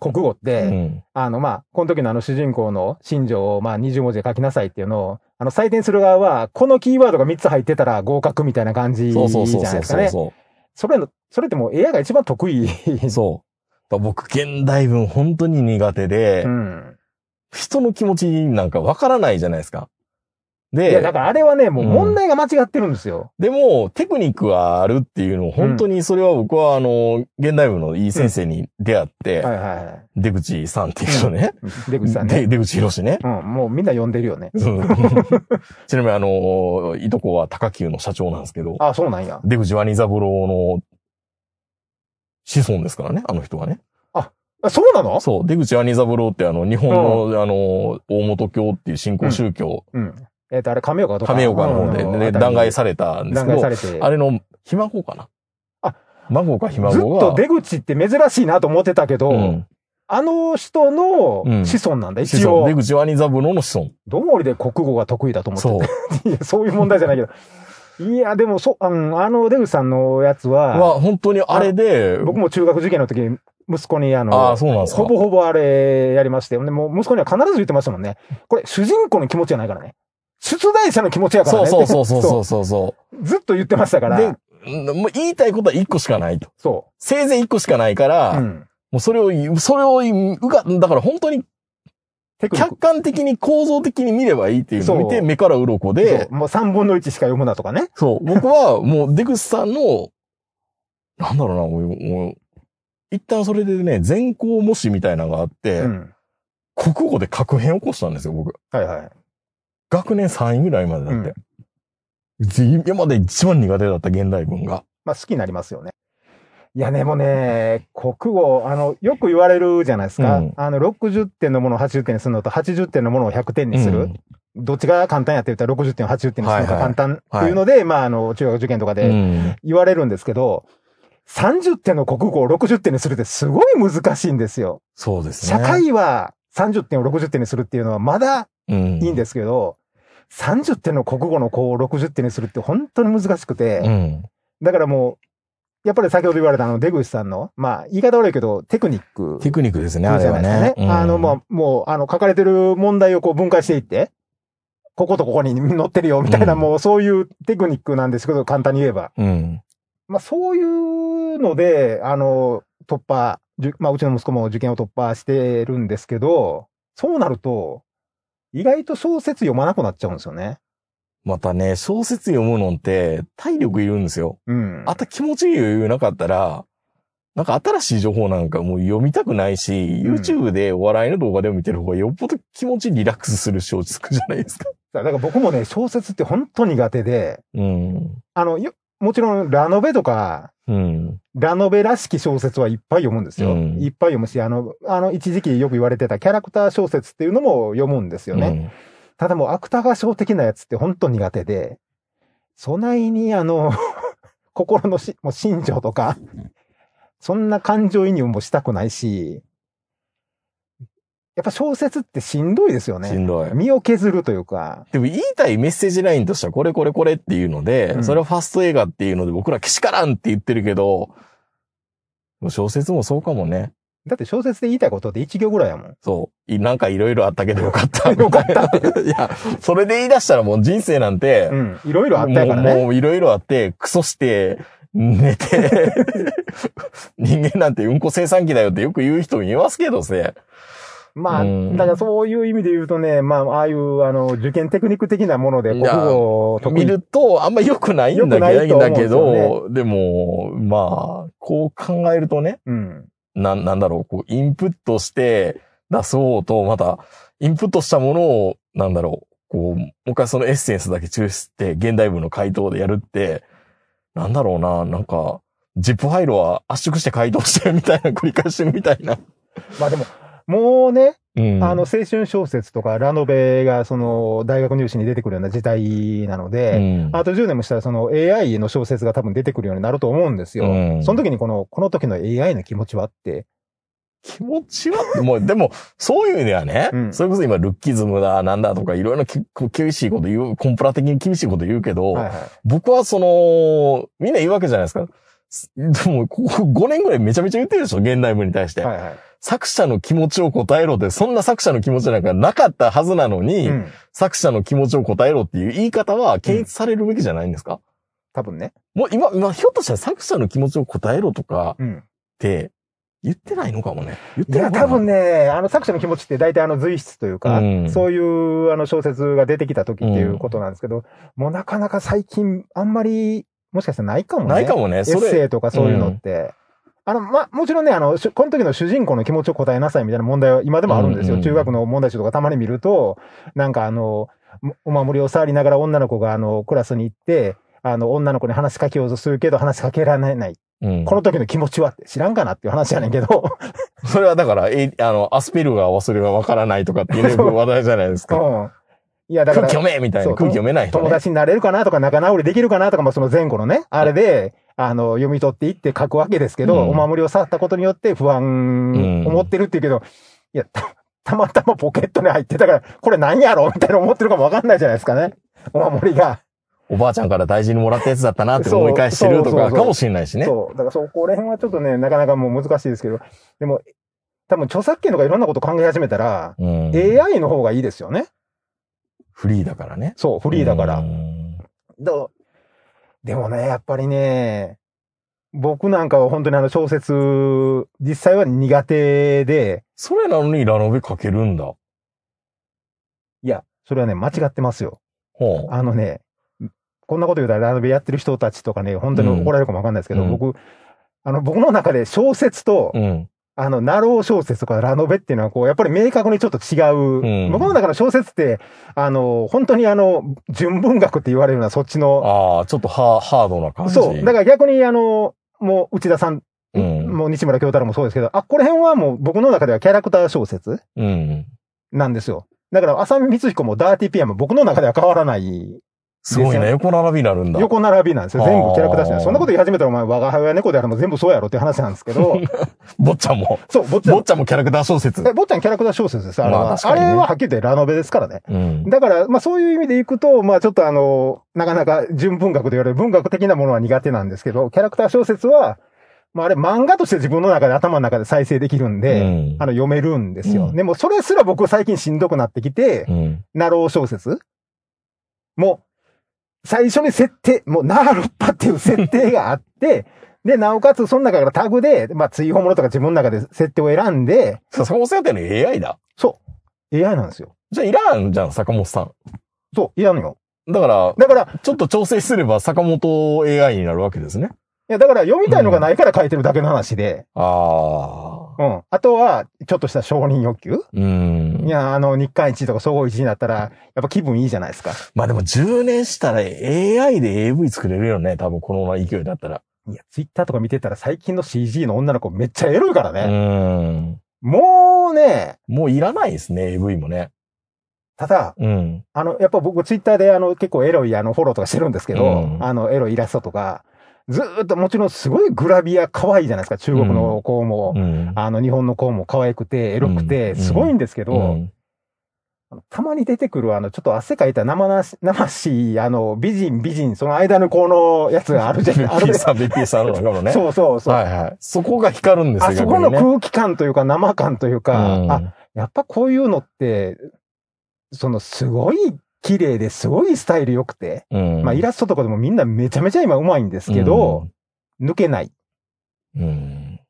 D: 国語って、
C: うん。
D: あの、まあ、この時のあの主人公の心情を、まあ、20文字で書きなさいっていうのを、あの、採点する側は、このキーワードが3つ入ってたら合格みたいな感じじゃ
C: そうそう
D: ない
C: そうそ
D: で
C: う
D: すかね。
C: そ
D: それの、それってもう AI が一番得 意。
C: う。そう。だから僕、現代文本当に苦手で、
D: うん。
C: 人の気持ちなんかわからないじゃないですか。で、
D: いや、だからあれはね、もううん問題が間違ってるんですよ。
C: でも、テクニックがあるっていうのを、本当にそれは僕は、あの、現代文のいい先生に出会って、
D: はいはいは
C: 出口さんっていう人ね。
D: い。出口さん
C: で
D: ね。
C: 出口博士ね。
D: うん、もうみんな呼んでるよね。
C: そうちなみにあの、いとこは高級の社長なんですけど、
D: あ、そうなんや。
C: 出口ワニザブローの子孫ですからね、あの人はね。
D: あ、そうなの
C: そう、出口ワニザブローってあの、日本の、あの、大元教っていう信仰宗教、
D: うん。えっ、と、あれ、亀岡とか。
C: 亀岡の方で、
D: うん
C: ね弾劾
D: さ
C: されたんですけ
D: 弾
C: ど、
D: 劾されて。
C: あれの、ひ孫かな。
D: あ、
C: 孫かひ
D: ずっ
C: 孫が。
D: と出口って珍しいなと思ってたけど、
C: うん
D: あの人
C: う
D: の
C: ん
D: 子孫なんだ、一
C: 子孫出
D: 応。
C: 口ワニザブローの子孫。
D: どもりで国語が得意だと思って
C: そう。
D: たいやそういう問題じゃないけど。いや、でも、そう、うんあの、出口さんのやつは、
C: は、本当にあれで、
D: 僕も中学受験の時、息子に、あの、
C: ああ、そうなんですか。
D: ほぼほぼあれやりまして、でもう息子には必ず言ってましたもんね。これ主人公の気持ちじゃないからね。出題者の気持ちやから
C: そ
D: ね。
C: うそうそうそう
D: そ。
C: そうそうそう
D: ずっと言ってましたか
C: う。
D: ら。
C: で、うんもう言いたいことは一個しかないと。
D: そ
C: せいぜい一個しかないから、
D: う。う
C: も
D: ん。
C: うそれを言う、それを言う、うが、だから本当に
D: テクニッ
C: 客
D: ク。
C: 観的に構造的に見ればいいっていうのを見
D: そ
C: て、
D: う
C: 目から鱗で
D: そ、うもう3分の1しか読むなとかね。
C: そう、僕はもう出口さんの、なんだろうな、もう、もう一旦それでね、全校模試みたいなのがあって、
D: うん。
C: 国語で確変起こしたんですよ、僕。
D: はいはい。
C: 学年3位ぐらいまでだって。今まで一番苦手だった現代文が。
D: まあ好きになりますよね。いやでもね、国語、あの、よく言われるじゃないですか。
C: うん
D: あの、60点のものを80点にするのと、80点のものを100点にする。
C: うん
D: どっちが簡単やって言ったら60点を80点にするのが簡単っていうので、まあ、あの、中学受験とかで
C: うん
D: 言われるんですけど、30点の国語を60点にするってすごい難しいんですよ。
C: そうですね。
D: 社会は30点を60点にするっていうのはまだ
C: い
D: いいんですけど、30点の国語の子を60点にするって本当に難しく
C: う
D: て、
C: ん。
D: だからもう、やっぱり先ほど言われたあの出口さんの、まあ言い方悪いけど、テクニック。
C: テクニックですね、あ
D: じ
C: れ
D: ゃな
C: はい
D: ですか
C: ね
D: ね。。あの、ま
C: も
D: あ、もう、あの、書かれてる問題をこう分解していって、こことここに乗ってるよ、みたいな、
C: うん
D: もうそういうテクニックなんですけど、簡単に言えば。
C: うん。
D: まあ、そういうので、あの、突破、じゅまあ、うちの息子も受験を突破してるんですけど、そうなると、意外と小説読まなくなっちゃうんですよね。
C: またね、小説読むのって体力いるんですよ。
D: うん。
C: あと気持ちいい余裕なかったら、なんか新しい情報なんかもう読みたくないし、
D: ん
C: YouTube でお笑いの動画でも見てる方がよっぽど気持ちリラックスする小説じゃないですか。
D: だから僕もね、小説って本当苦手で、
C: うん。
D: あの、よもちろんラノベとか、
C: うん。
D: ラノベらしき小説はいっぱい読むんですよ。
C: うん
D: いっぱい読むし、あの、あの、一時期よく言われてたキャラクター小説っていうのも読むんですよね。ただもう芥川賞的なやつって本当苦手で、そないにあの、 心のし、もう心情とか、そんな感情移入もしたくないし、やっぱ小説ってしんどいですよ
C: うん。し
D: ね。
C: んどい。
D: 身を削るというか、
C: でも言いたいメッセージラインとしてはこれこれこれっていうので、
D: うん
C: それはファスト映画っていうので僕らけしからんって言ってるけど、もう小説もそうかもね。
D: だって小説で言いたいことって1行ぐらいやもん。
C: そう。いなんかいろいろあったけどよかった。
D: よかった。
C: いや、それで言い出したらもう人生なんて、
D: うん。いろいろあったやから
C: もう
D: ね。
C: もういろいろあって、クソして、寝て、 人間なんてうんこ生産機だよってよく言う人もいますけどね。
D: まあ、
C: うん
D: だからそういう意味で言うとね、まあ、ああいう、あの、受験テクニック的なもので、
C: い
D: 国
C: や
D: 語を得
C: 見
D: 意
C: るとあんま良くないんだけ
D: 良
C: ど、
D: くな
C: だ
D: いと思うんで
C: け
D: すよね
C: ど、でも、まあ、こう考えるとね、
D: うん。
C: な、なんだろう、こう、インプットして出そうと、また、インプットしたものを、なんだろう、こう、もう一回そのエッセンスだけ抽出して、現代文の回答でやるって、なんだろうな、なんか、ジップファイルは圧縮して回答してるみたいな、繰り返しみたいな。
D: まあでも、もうね、
C: うん。
D: あの、青春小説とかラノベがその大学入試に出てくるような時代なの
C: う
D: で、
C: ん、
D: あと10年もしたらその AI の小説が多分出てくるようになると思うんですよ。
C: うん
D: その時にこの、この時の AI の気持ちはって、
C: 気持ちは、もう、でも、そういう意味ではね、
D: うん
C: それこそ今、ルッキズムだ、なんだとか、いろいろきこう厳しいこと言う、コンプラ的に厳しいこと言うけど、
D: はいはい
C: 僕はその、みんな言うわけじゃないですか。すでも、ここ5年ぐらいめちゃめちゃ言ってるでしょ現代文に対して。
D: はいはい
C: 作者の気持ちを答えろって、そんな作者の気持ちなんかなかったはずなのに、
D: うん
C: 作者の気持ちを答えろっていう言い方は検閲されるべきじゃないんですか、
D: 多分ね。
C: もう今、今、ひょっとしたら作者の気持ちを答えろとか
D: うん。
C: って言ってないのかもね。言って
D: い
C: ない
D: や、
C: のか
D: 多
C: も
D: 分ね、あの作者の気持ちって大体あの随筆というか、
C: うん
D: そういうあの小説が出てきた時っていうことなんですけど、もうなかなか最近あんまり、もしかしたらないかもね。
C: ないかもね。
D: エ
C: そ
D: ッセ
C: れ、
D: イとかそういうのって。あの、ま、もちろんね、あの、しこの時の主人公の気持ちを答えなさいみたいな問題は今でもあるんですよ。
C: うんうん
D: 中学の問題集とかたまに見ると、なんかあの、もお守りを触りながら女の子があの、クラスに行って、あの、女の子に話しかけようとするけど、話しかけられない。
C: うん
D: この時の気持ちはって知らんかなっていう話やねんけど、
C: それはだから、えあの、アスペルガーはそれがわからないとかっていうね
D: そう
C: 話題じゃないです
D: う
C: か。
D: ん。いや、だ
C: 空
D: から
C: 気、読めみたい
D: そ
C: な。
D: う
C: 空気読めない人、ね。
D: 友達になれるかなとか、仲直りできるかなとか、まあ、その前後のね、あれで、あの、読み取っていって書くわけですけど、
C: うん
D: お守りを触ったことによって不安、
C: ん
D: 思ってるって言うけど、いや、た、たまたまポケットに入ってたから、これ何やろみたいな思ってるかもわかんないじゃないですかね。お守りが。
C: おばあちゃんから大事にもらったやつだったなって思い返してると
D: そうそうそう
C: か
D: そう
C: かもしれないしね。
D: そう。だからそこら辺はちょっとね、なかなかもう難しいですけど、でも、多分著作権とかいろんなこと考え始めたら、
C: うん、
D: AI の方がいいですよね。
C: フリーだからね。
D: そう、フリーだから。
C: うん
D: どうでもね、やっぱりね、僕なんかは本当にあの小説、実際は苦手で、
C: それなのにラノベ書けるんだ。
D: いや、それはね、間違ってますよ。
C: ほう
D: あのね、こんなこと言うたらラノベやってる人たちとかね、本当に怒られるかもわかんないですけど、
C: うん
D: 僕、あの、僕の中で小説と、
C: うん。
D: あの、ナロー小説とかラノベっていうのは、こう、やっぱり明確にちょっと違
C: う
D: う。
C: ん
D: 僕の中の小説って、あの、本当にあの、純文学って言われるような、そっちの、
C: ああ、ちょっとハーハードな感じ。
D: そう。だから逆にあの、もう内田さん
C: うん。
D: もう西村京太郎もそうですけど、あ、この辺はもう僕の中ではキャラクター小説
C: うん。
D: なんですよ。だから、浅見光彦もダーティーピアも僕の中では変わらない
C: すごい
D: です
C: ね。
D: よ
C: 横並びになるんだ。
D: 横並びなんですよ。全部キャラクター小
C: あ
D: 説。
C: ー
D: そんなこと言い始めたらお前、我が輩は猫であるも全部そうやろって話なんですけ ど、
C: 坊ちゃんも。
D: そう、ぼっちゃ
C: 坊
D: ん。
C: ちゃんもキャラクター小説。
D: えぼっちゃんキャラクター小説です、あれは。
C: まあ確
D: あ
C: かにね
D: れははっきり言ってラノベですからね。
C: うん。
D: だから、まあそういう意味でいくと、まあちょっとあの、なかなか純文学と言われる文学的なものは苦手なんですけど、キャラクター小説は、まああれ漫画として自分の中で頭の中で再生できるんで、
C: うん
D: あの、読めるんです
C: う
D: よ。
C: ん
D: でも、それすら僕最近しんどくなってきて、
C: うん。
D: ナロー小説もう、最初に設定、もう、ナールッパっていう設定があ って、で、なおかつ、その中からタグで、まあ、追放ものとか自分の中で設定を選んで、
C: そうそこ設定の AI だ。
D: そう。AI なんですよ。
C: じゃあいらんじゃん、坂本さ
D: そう、いらんよ。
C: ん。だから、
D: だから、い
C: ちょっと調整すれば坂本 AI になるわけですね。
D: や、だから読みたいのがないから書いてるだけの話で、
C: ああ。
D: うん。あとは、ちょっとした承認欲求
C: うん
D: い。や、あの、日韓一とか総合一になったら、やっぱ気分いいじゃないですか。
C: まあでも10年したら AI で AV 作れるよね。多分この勢いだったら。
D: いや、ツイッターとか見てたら最近の CG の女の子めっちゃエロいから
C: う
D: ね。
C: ん。
D: もうね、
C: もういらないですね、AV もね。
D: ただ、
C: うん。
D: あの、やっぱ僕ツイッターであの、結構エロいあの、フォローとかしてるんですけど、
C: うん
D: あの、エロいイラストとか、ずーっともちろんすごいグラビア可愛いじゃないですか。中国の子も、
C: うん。
D: あの、日本の子も可愛くて、エロく
C: う
D: て、
C: ん
D: すごいんですけど、
C: うん
D: たまに出てくるあの、ちょっと汗かいた生なし、生しい、あの、美人美人、その間のこのやつがあるじゃん。ある
C: P
D: じゃ
C: さん、P さんの中のね。
D: そうそうそう。
C: はいはい。そこが光るんですよ。
D: あそこの
C: 逆にね
D: 空気感というか生感というか、あ、やっぱこういうのって、そのすごい綺麗ですごいスタイル良くて、
C: うん。うん
D: まあイラストとかでもみんなめちゃめちゃ今上手いんですけど、、抜けない。
C: うんうん。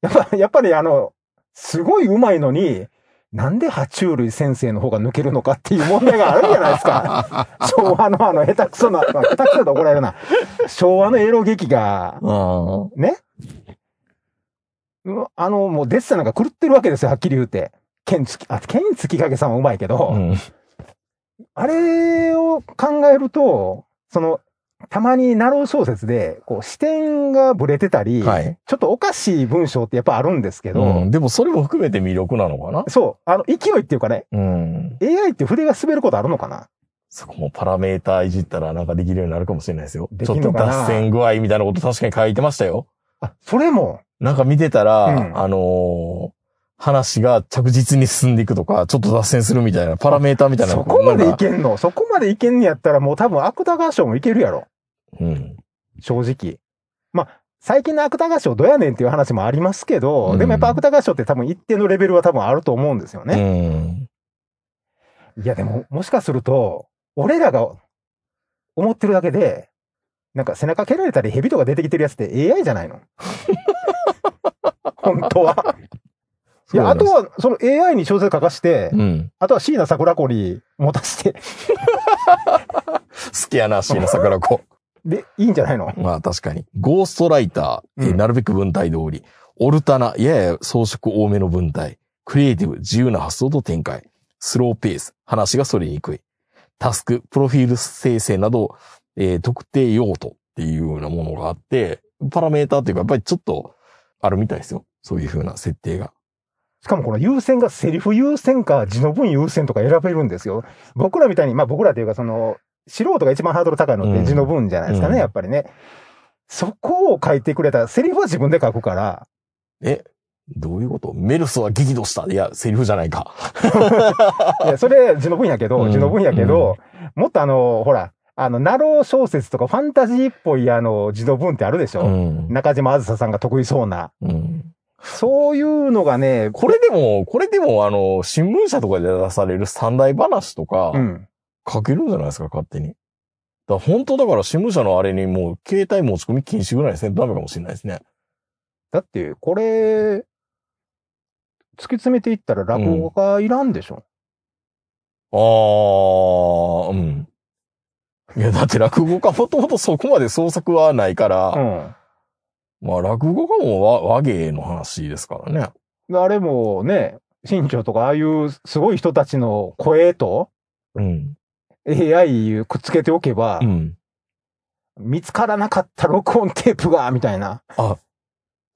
D: やっぱ、やっ ぱりあの、すごい上手いのに、なんで爬虫類先生の方が抜けるのかっていう問題があるんじゃないで すか。昭和のあの、下手くそな、まあ下手くそで怒られるな。昭和のエロ劇が、
C: あ
D: ねうあの、もうデッサンなんか狂ってるわけですよ、はっきり言うて。剣つき、あ、剣つきかけさんはうまいけど、
C: あ。うん
D: あれを考えると、その、たまにナロー小説で、こう、視点がブレてたり、
C: はい。
D: ちょっとおかしい文章ってやっぱあるんですけど、
C: うんでもそれも含めて魅力なのかな
D: そう、あの、勢いっていうかね、
C: うん。
D: AI って筆が滑ることあるのかな
C: そこもパラメーターいじったらなんかできるようになるかもしれないですよ。
D: で
C: ち
D: き
C: ょっ
D: ん
C: と
D: のかな
C: 脱線具合みたいなこと確かに書いてましたよ。
D: あ、それも、
C: なんか見てたら、
D: うん
C: あのー話が着実に進んでいくとか、ちょっと脱線するみたいな、パラメーターみたいな。
D: そこまで
C: ないんか
D: けんのそこまでいけんのやったらもう多分芥川賞もいけるやろ。
C: うん。
D: 正直。まあ、最近の芥川賞どやねんっていう話もありますけど、
C: うん
D: でもやっぱ芥川賞って多分一定のレベルは多分あると思うんですよ
C: う
D: ね。
C: ん。
D: いやでも、もしかすると、俺らが思ってるだけで、なんか背中蹴られたり蛇とか出てきてるやつって AI じゃないの 本当は。いや、あと
C: は、
D: は、その AI に小説書かして、
C: うん。
D: あとは椎名桜子に持たせて、
C: 好きやな、椎名桜子。
D: で、いいんじゃないの
C: まあ確かに。ゴーストライター、えー
D: うん
C: なるべく文体通り。オルタナ、やや装飾多めの文体。クリエイティブ、自由な発想と展開。スローペース、話がそれにくい。タスク、プロフィール生成など、えー特定用途っていうようなものがあって、パラメーターっていうか、やっぱりちょっとあるみたいですよ。そういうふうな設定が。
D: しかもこの優先がセリフ優先か字の文優先とか選べるんですよ。僕らみたいに、まあ僕らというかその、素人が一番ハードル高いのっ
C: うん
D: て字の文じゃないですかね、
C: うん
D: やっぱりね。そこを書いてくれたら、セリフは自分で書くから、
C: えどういうことメルスは激怒した。いや、セリフじゃないか。
D: いやそれ字の文やけ
C: う
D: ど、
C: ん
D: 字の文やけど、もっとあの、ほら、あの、ナロー小説とかファンタジーっぽいあの、字の文ってあるでし
C: う
D: ょ。
C: ん。
D: 中島あずささんが得意そうな。
C: うん
D: そういうのがね、
C: これでも、これでも、あの、新聞社とかで出される三大話とか
D: う、ん。
C: 書けるんじゃないですか、勝手に。だから本当だから新聞社のあれにもう、携帯持ち込み禁止ぐらいですね。ダメかもしれないですね。
D: だって、これ、突き詰めていったら落語家いらんでしょ。
C: あー、うん。いや、だって落語家もともとそこまで創作はないから、
D: うん
C: まあ落語家も和和芸の話ですからね。
D: あれもね、新潮とかああいうすごい人たちの声と
C: うん。
D: AI くっつけておけば、
C: うん。
D: 見つからなかった録音テープが、みたいな。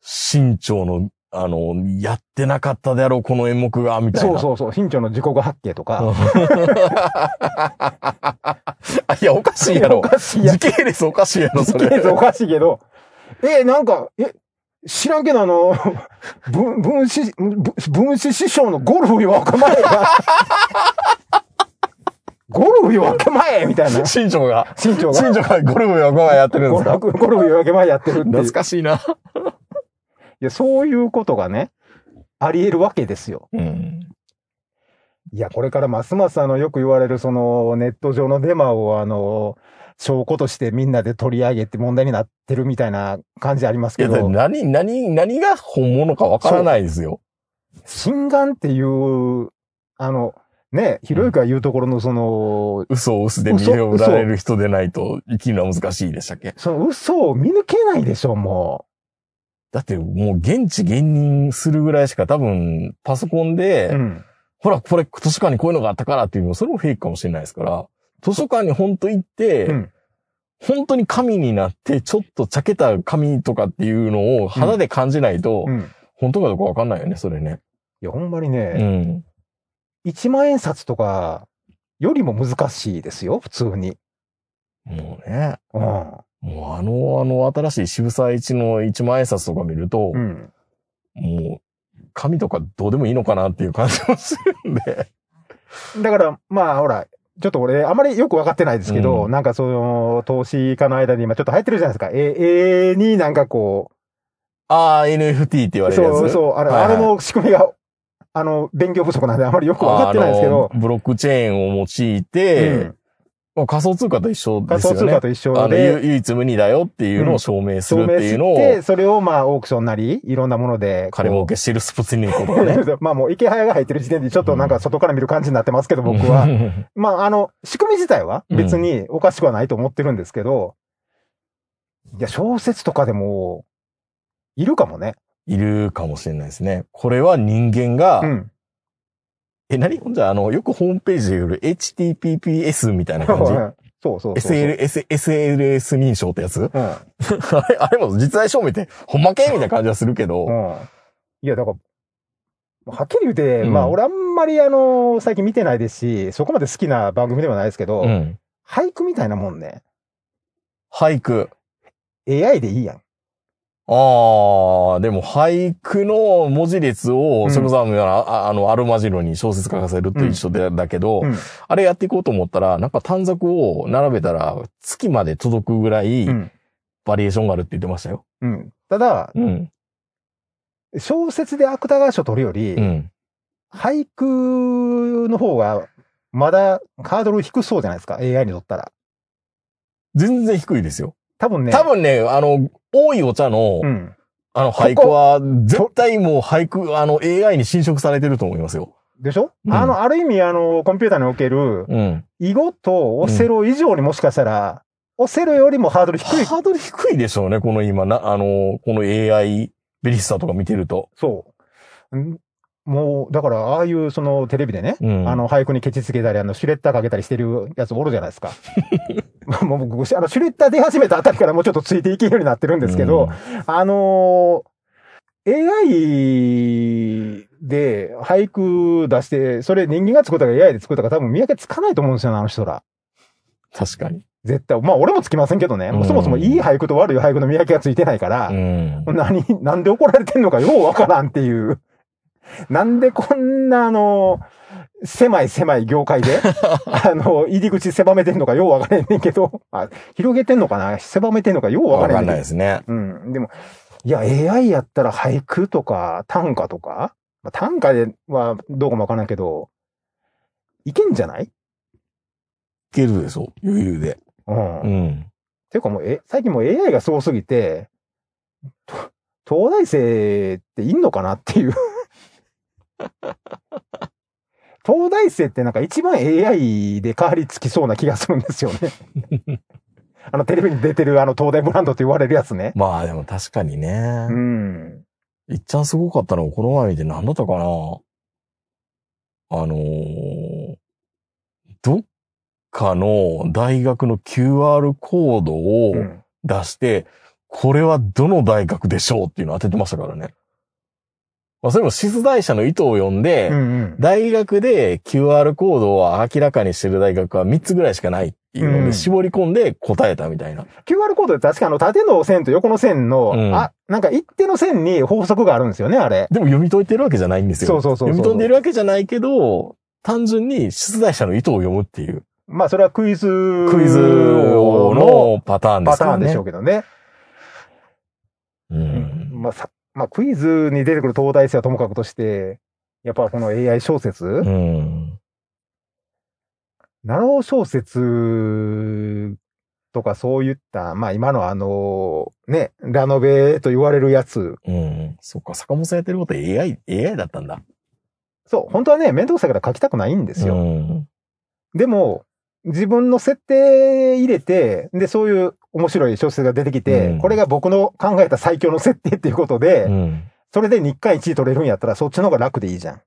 C: 新潮の、あの、やってなかったであろう、この演目が、みたいな。
D: そ うそうそう、新潮の時刻発見とか。
C: いや、おかしいやろ
D: お。か しいや
C: 時系列おかしいやろ、そ
D: 時系
C: れ。
D: 列おかしいけど、え、なんか、え、知らんけど あの、分、分子、分分子師匠のゴルフよ、分 け前が。ゴルフよ、分け前みたいな。
C: 新庄が、
D: 新潮 が。
C: 新庄がゴルフやゴルフやってるんで
D: ゴ
C: す か
D: ルフゴルフよ、分け前やってるっていう
C: 懐。かしいな。
D: いや、そういうことがね、あり得るわけですよ。
C: うん。
D: いや、これからますますあの、よく言われるその、ネット上のデマをあの、証拠としてみんなで取り上げて問題になってるみたいな感じあります
C: い
D: け
C: や、だって
D: ど、
C: 何、何、何が本物かわからないですよ。
D: 心眼っていう、あの、ね、ひろゆきが言うところのその、
C: 嘘を嘘で見
D: 嘘
C: 栄を売られる人でないと生きるのは難しいでしたっけ
D: その嘘を見抜けないでしょ、も
C: だってもう現地現認するぐらいしか多分パソコンで、
D: う。うん。
C: ほら、これ図書館にこういうのがあったからっていうのも、それもフェイクかもしれないですから、図書館に本当行って、
D: うん
C: 本当に紙になって、ちょっとちゃけた紙とかっていうのを肌で感じないと、
D: うん。い
C: 本当かどうかわかんないよね、それね。
D: や、ほんまに
C: う
D: ね、
C: ん。
D: 1万円札とかよりも難しいですよ、普通に。
C: もうね。
D: うん。
C: もうあの、あの、新しい渋沢一の一万円札とか見ると、
D: うん。
C: もう、紙とかどうでもいいのかなっていう感じもするん で。
D: だから、まあ、ほら、ちょっと俺、あまりよく分かってないですけど、
C: う
D: なんかその、投資家の間で今ちょっと流行ってるじゃないですか。え、えになんかこ
C: ああ、NFT って言わ
D: う、
C: れるやつ。
D: そうそう、あれ、
C: はいはい
D: あれの仕組みが、あの、勉強不足なんであまりよく分かってないですけど
C: あ、のブロックチェーンを用いうて、
D: ん、
C: まあ、仮想通貨と一緒で
D: 仮
C: すよ
D: 想
C: ね。
D: 通貨と一緒
C: あの、
D: で、
C: ゆ唯一無二だよっていうのを証明する
D: 証
C: っ
D: 明
C: てい
D: し
C: うの
D: て、
C: を、
D: それをまあ、オークションなり、いろんなもので、
C: 金儲
D: こう
C: けしてるスポーツニコとかね。
D: まあもう池早が入ってる時点でちょっとなんか外から見る感じになってますけ ど、僕
C: う
D: は。
C: ん
D: まああの、仕組み自体は別におかしくはないと思ってるんですけど、いや、小説とかでも、いるかもね。
C: いるかもしれないですね。これは人間が、
D: うん。
C: え、何じゃあ、あの、よくホームページで言う HTTPS みたいな感じ。
D: そうそうそう。
C: SLS、SLS 認証ってやつ
D: うん。
C: あれ、あれも実在証明って、ほんまけみたいな感じはするけど、
D: うん。いや、だから、はっきり言うて、
C: うん
D: まあ俺あんまりあの、最近見てないですし、そこまで好きな番組ではないですけど、
C: うん。
D: 俳句みたいなもんね。
C: 俳句。
D: AI でいいやん。
C: ああ、でも俳句の文字列
D: う
C: を、
D: ん
C: それこそあの、ああの、アルマジロに小説書かせると一緒で、だけど、
D: うん
C: あれやっていこうと思ったら、なんか短冊を並べたら、月まで届くぐらい
D: うん。
C: バリエーションがあるって言ってましたよ。
D: うん。ただ、
C: うん。
D: 小説で芥川賞取るより、
C: うん。
D: 俳句の方が、まだハードル低そうじゃないですか、AI にとったら。
C: 全然低いですよ。
D: 多分ね。
C: 多分ね、あの、多いお茶の、
D: うん。
C: あの、俳句は、絶対もう俳句、あの、AI に侵食されてると思いますよ。
D: でしょ、
C: うん
D: あの、ある意味、あの、コンピューターにおける、
C: うん。
D: 囲碁とオセロ以上にもしかしたら、オセロよりもハードル低い。
C: ハードル低いでしょうね、この今、な、あの、この AI、ベリスタとか見てると。
D: そう。んもう、だから、ああいう、その、テレビでね、
C: うん。
D: あ、の、俳句にケチつけたり、あの、シュレッダーかけたりしてるやつおるじゃな いですか。もう僕、あの、シュレッダー出始めたあたりからもうちょっとついていけるようになってるんですけど、、あのー AI で俳句出して、それ人間が作ったか AI で作ったか多分見分けつかないと思うんですよね、あの人ら。
C: 確かに。
D: 絶対。まあ俺もつきませんけどね。
C: うん
D: そもそもいい俳句と悪い俳句の見分けがついてないから、
C: うん。
D: 何、なんで怒られてんのかようわからんっていう。なんでこんなあの、狭い狭い業 界で、あの、入り口狭めてんのかようわからんねんけど、あ広げてんのかな狭めてんのかようわ
C: わ
D: から
C: か
D: ん
C: ん
D: ねんけど
C: ないですね。
D: うん。でも、いや、AI やったら俳句とか短歌とか、まあ、短歌ではどうかもわからんけど、いけんじゃない
C: いけるでしょ余裕で。
D: うん。
C: う
D: っ
C: ん。
D: ていうかもう、え、最近もう AI がすごすぎて、と東大生っていんのかなって いう。東大生ってなんか一番 AI で変わりつきそうな気がするんですよね。 あのテレビに出てるあの東大ブランドって言われるやつね。
C: まあでも確かにね
D: う。ん。
C: いっちゃんすごかったのはこの前見て何だったかなあのーどっかの大学の QR コードを
D: うん
C: 出して、これはどの大学でしょうっていうのを当ててましたからね。まあそれも出題者の意図を読んで、
D: うんうん。
C: 大学で QR コードを明らかにしてる大学は3つぐらいしかないっていうの
D: うん
C: で、絞り込んで答えたみたいな。
D: QR コードって確かあの縦の線と横の線の、
C: うん
D: あ、なんか一定の線に法則があるんですよね、あれ。
C: でも読み解いてるわけじゃないんですよ。
D: そうそうそうそう
C: 読み解んでるわけじゃないけど、単純に出題者の意図を読むっていう、
D: まあそれはクイズ。
C: クイズ王のパターンで
D: パ
C: す
D: タ
C: から
D: ーン
C: ね。
D: でしょうけどね。
C: う。
D: うんまあさ、まあクイズに出てくる東大生はともかくとして、やっぱこの AI 小説、
C: うん。
D: ナロー小説とかそういった、まあ今のあの、ね、ラノベと言われるやつ。
C: うん。そっか、坂本さんやってること AI、AI だったんだ。
D: そう、本当はね、面倒くさいから書きたくないんですよ。
C: ん。
D: でも、自分の設定入れて、で、そういう面白い小説が出てきて、
C: うん
D: これが僕の考えた最強の設定っていうことで、
C: うん。
D: それで日刊1位取れるんやったらそっちの方が楽でいいじゃん。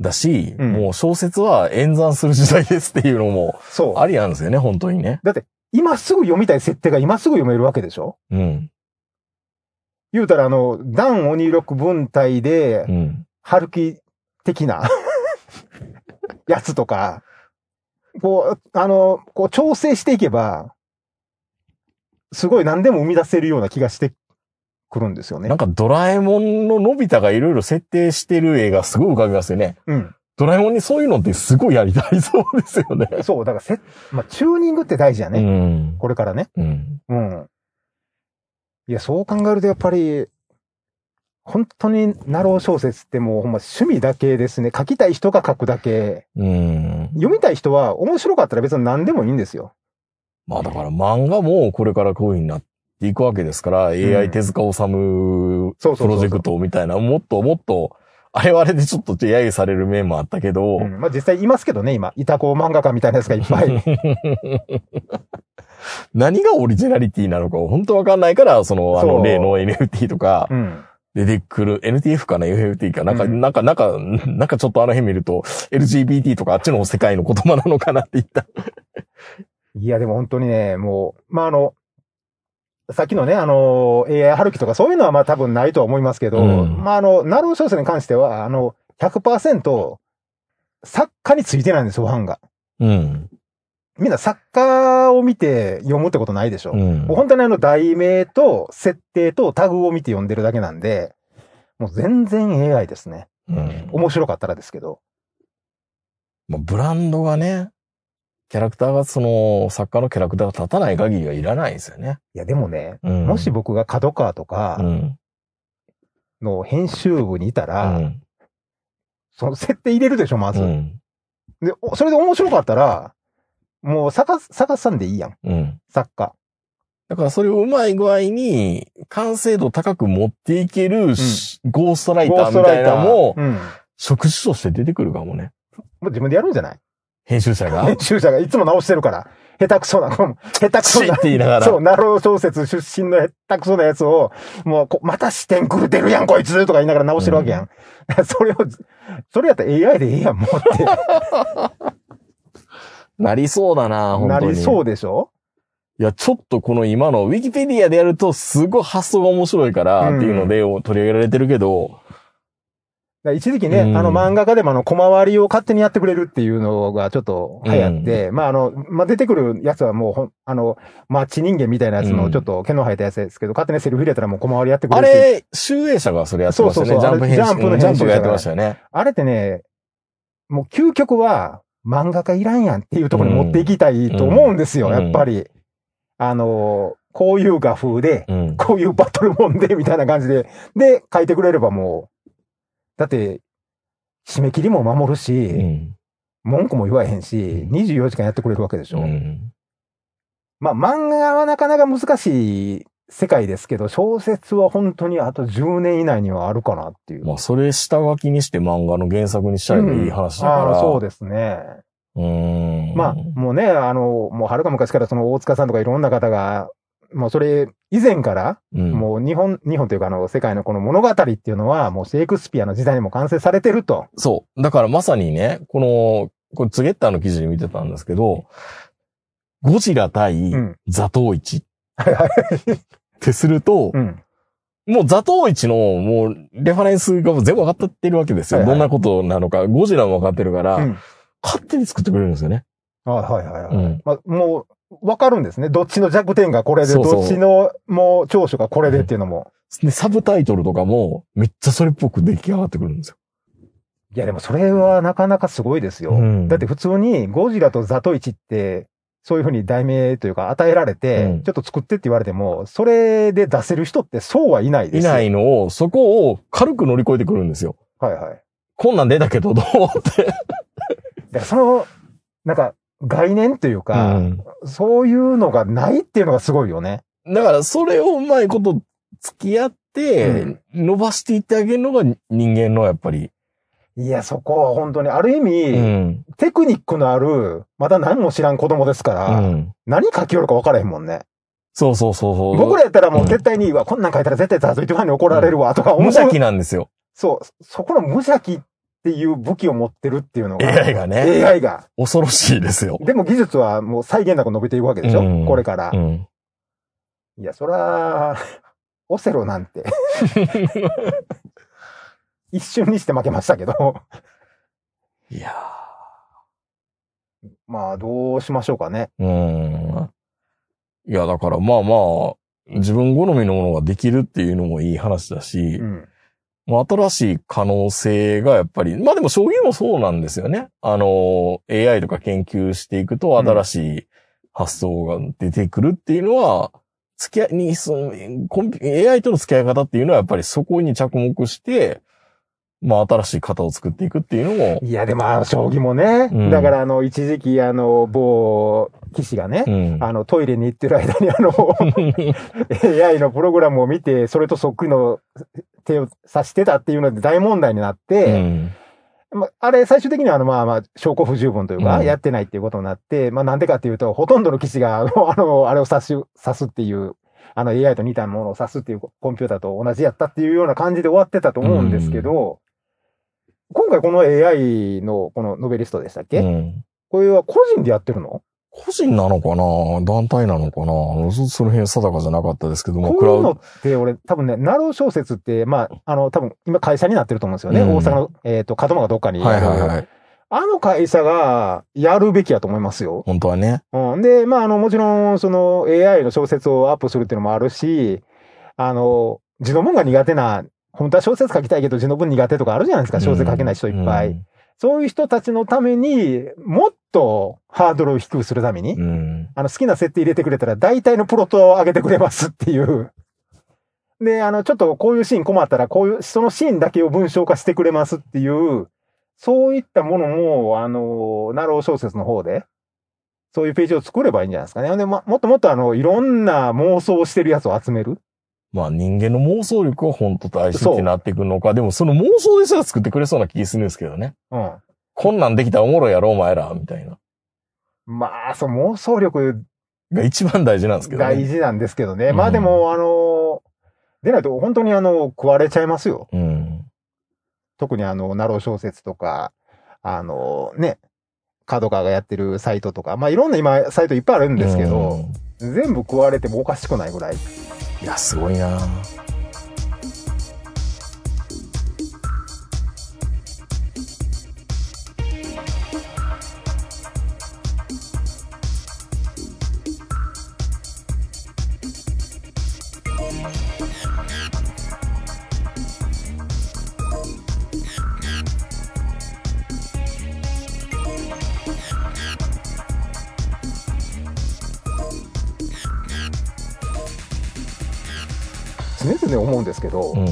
C: だし、
D: うん
C: もう小説は演算する時代ですっていうのも
D: そう。
C: ありなんですよね、本当にね。
D: 今すぐ読みたい設定が今すぐ読めるわけでしょ
C: うん。
D: 言うたら、あの、ダン鬼六文体で
C: う、ん。
D: 春樹的な、 やつとか、こう、あの、こう調整していけば、すごい何でも生み出せるような気がしてくるんですよね
C: なん。かドラえもんののび太がいろいろ設定してる映画すごい浮かびますよね。
D: うん。
C: ドラえもんにそういうのってすごいやりたいそうですよね。
D: そう、だからせ、まあ、チューニングって大事やね。
C: ん。
D: これからね。
C: うん。
D: うん。いや、そう考えるとやっぱり、本当にナロー小説ってもうほんま趣味だけですね。書きたい人が書くだけ。
C: うん。
D: 読みたい人は面白かったら別に何でもいいんですよ。
C: まあだから漫画もこれからこういう風になっていくわけですから、AI 手塚治虫
D: そ
C: プ
D: うそうそうそう
C: ロジェクトみたいな、もっともっと、あれはあれでちょっと揶揄される面もあったけど、
D: うんまあ実際いますけどね、今。いたこ漫画家みたいなやつがいっ ぱい。
C: 何がオリジナリティなのか本当わかんないから、その、あ
D: そ
C: の
D: う
C: 例の NFT とか
D: う、ん。
C: 出てくる、NTF かな ?FFT かなんか、
D: うん
C: なんか、なんか、なんかちょっとあの辺見ると、LGBT とかあっちの世界の言葉なのかなって言った。
D: いや、でも本当にね、もう、まああの、さっきのね、あの、AI 春樹とかそういうのはまあ多分ないとは思いますけど、
C: うん
D: まああの、ナロー小説に関しては、あの、100%作家についてないんですよ、ファンが。
C: うん。
D: みんな作家を見て読むってことないでしょ、
C: うん
D: もう。本当にあの題名と設定とタグを見て読んでるだけなんで、もう全然 AI ですね。
C: うん
D: 面白かったらですけど。
C: まあ、ブランドがね、キャラクターがその、作家のキャラクターが立たない限りはいらないですよね。
D: いやでもね、
C: うん
D: もし僕が角川と
C: う
D: か
C: ん。
D: の編集部にいた
C: う
D: ら、
C: ん。
D: その設定入れるでしょ、まず。
C: うん。
D: で、おそれで面白かったら、もう探す、探さんでいいやん、
C: うん。
D: 作家。
C: だからそれをうまい具合に完成度高く持っていけるし、ゴーストライターみたいなのも
D: う、ん。も
C: 職種として出てくるかもね。
D: う自分でやるんじゃない
C: 編集者 が。
D: 編集者がいつも直してるから、下手くそな、下手くそ
C: チ
D: な
C: ッって言いながら。
D: そう、ナロー小説出身の下手くそなやつを、もうこ、また視点狂ってるやん、こいつとか言いながら直してるわけやん。 それを、それやったら AI でええやん、もう っ
C: なりそうだな、
D: て
C: 本
D: な
C: 当に。。
D: りそううでしょ
C: いや、ちょっとこの今のウィキペディアでやるとすごい発想が面白いから、っていうので取り上げられてるけど、
D: だから一時期ね、
C: うん
D: あの漫画家でもあの、小回りを勝手にやってくれるっていうのがちょっと流行って、まああの、まあ出てくるやつはもうほん、あの、マッチ人間みたいなやつ
C: う
D: の
C: ん
D: ちょっと毛の生えたやつですけど、勝手にセルフ入れたらもう小回りやってく
C: あ
D: れるっていう
C: れ、集英者がそれやってましたよね。
D: そう
C: ジャ
D: そうそう
C: ンプ編集
D: あれジャンプの
C: うんジャンプがやっ
D: 編集者が
C: てましたよね。
D: あれってね、もう究極は漫画家いらんやんっていうところに持っていきたいと思うんですよ、
C: うん
D: やっぱり。あの、こういう画風で、
C: うん。
D: こういうバトルもんで、みたいな感じで、で、書いてくれればもう、だって、締め切りも守るし、
C: うん。
D: 文句も言わへんし、
C: うん
D: 24時間やってくれるわけでしょ。
C: うん
D: まあ、漫画はなかなか難しい世界ですけど、小説は本当にあと10年以内にはあるかなっていう。
C: まあ、それ下書きにして漫画の原作にしちゃえばいい話だから。
D: ああ、そうですね。
C: うーん。
D: まあ、もうね、あの、もうはるか昔からその大塚さんとかいろんな方が、もうそれ以前から、
C: うん、
D: もう日本、日本というかあの、世界のこの物語っていうのは、もうシェイクスピアの時代にも完成されてると。
C: そう。だからまさにね、この、これツゲッターの記事で見てたんですけど、ゴジラ対
D: うん。
C: ザトウイチっ
D: はいはい。
C: てすると
D: う、ん。
C: もうザトウイチのもうレファレンスがもう全部分かってるわけですよ。
D: はいは
C: どん
D: い
C: なことなのか、ゴジラも分かってるから、
D: うん。
C: 勝手に作ってくれるんですよね。
D: あはいはいはい。
C: うん
D: まあ、もう、わかるんですね。どっちの弱点がこれで、
C: そうそう
D: どっちのもう長所がこれでっていう のも。
C: で、サブタイトルとかもめっちゃそれっぽく出来上がってくるんですよ。
D: いや、でもそれはなかなかすごいですよ。
C: うん
D: だって普通にゴジラとザトイチって、そういうふうに題名というか与えられて、
C: うん
D: ちょっと作ってって言われても、それで出せる人ってそうはいないで
C: い
D: すよ。
C: ないのを、そこを軽く乗り越えてくるんですよ。
D: はいはい。
C: こんなん出たけど、どうって。
D: だからその、なんか、概念というか、
C: うん
D: そういうのがないっていうのがすごいよね。
C: だから、それをうまいこと付き合って、伸ばしていってあげるのが人間のやっぱり。
D: いや、そこは本当に、ある意味、
C: うん。
D: テクニックのある、まだ何も知らん子供ですから、
C: うん。
D: 何書きよるか分からへんもんね。
C: そうそうそうそう。
D: 僕らやったらもううん絶対に、うわ、こんなん書いたら絶対雑いとかに怒られるわ、とか
C: 無
D: 思う。
C: 邪気なんですよ。
D: そう、そこの無邪気っていう武器を持ってるっていうのが、
C: AI がね。
D: AI が。
C: 恐ろしいですよ。
D: でも技術はもう再現なく伸びていくわけでしょ、
C: うん
D: これから
C: う。ん。
D: いや、そら、オセロな んて。一瞬にして負けましたけど。
C: いや
D: まあ、どうしましょうかね。
C: ーうん。いや、だからまあまあ、自分好みのものができるっていうのもいい話だし、
D: うん。
C: もう新しい可能性がやっぱり、まあでも将棋もそうなんですよね。あの、AI とか研究していくと
D: うん
C: 新しい発想が出てくるっていうのは、付き合いに、その、コンピ AI との付き合い方っていうのはやっぱりそこに着目して、まあ新しい型を作っていくっていうのも、
D: いや、でも、あの将棋もね。
C: うん
D: だから、あの、一時期、あの、某棋士がね、
C: うん。
D: あの、トイレに行ってる間に、あの、AI のプログラムを見て、それとそっくりの手を指してたっていうので大問題になっ
C: う
D: て、
C: ん
D: まああれ、最終的には、あの、まあまあ、証拠不十分というか、
C: うん
D: やってないっていうことになって、まあ、なんでかっていうと、ほとんどの棋士が、 あの、あのあれを指す、指すっていう、あの、AI と似たものを指すっていうコンピューターと同じやったっていうような感じで終わってたと思うんですけど、今回この AI の、このノベリストでしたっけ、
C: うん
D: これは個人でやってるの
C: 個人なのかな団体なのかなそその辺定かじゃなかったですけども、
D: こ
C: ク
D: う
C: ラ
D: いう
C: ウ
D: の
C: ド。
D: って、俺、多分ね、ナロー小説って、まあ、あの、多分今会社になってると思うんですよね。
C: うん
D: 大阪の、えっ、と、門間がどっかに。
C: はいはいはい。
D: あの会社が、やるべきやと思いますよ。
C: 本当はね。
D: うん。で、まあ、あの、もちろん、その、AI の小説をアップするっていうのもあるし、あの、字の文が苦手な、本当は小説書きたいけど字の文苦手とかあるじゃないですか。小説書けない人いっぱい。そういう人たちのために、もっとハードルを低くするために、
C: うん。うん。
D: あの、好きな設定入れてくれたら、大体のプロットを上げてくれますっていう。 で、あの、ちょっとこういうシーン困ったら、こういう、そのシーンだけを文章化してくれますっていう、そういったものも、あの、ナロー小説の方で、そういうページを作ればいいんじゃないですかね。で、ま、もっともっとあの、いろんな妄想をしてるやつを集める。
C: まあ人間の妄想力は本当大事ってなってくるのか、でもその妄想でさえ作ってくれそうな気するんですけどね。
D: うん。
C: こんなんできたらおもろいやろ、お前ら、みたいな。
D: まあ、その妄想力
C: が一番大事なんですけどね。
D: 大事なんですけどね。
C: うん
D: まあでも、あの、出ないと本当にあの、食われちゃいますよ。
C: うん。
D: 特にあの、ナロー小説とか、あの、ね、角川がやってるサイトとか、まあ、いろんな今、サイトいっぱいあるんですけど、全部食われてもおかしくないぐらい。
C: うん。いや、すごいな
D: 常々思うんですけど、
C: うん。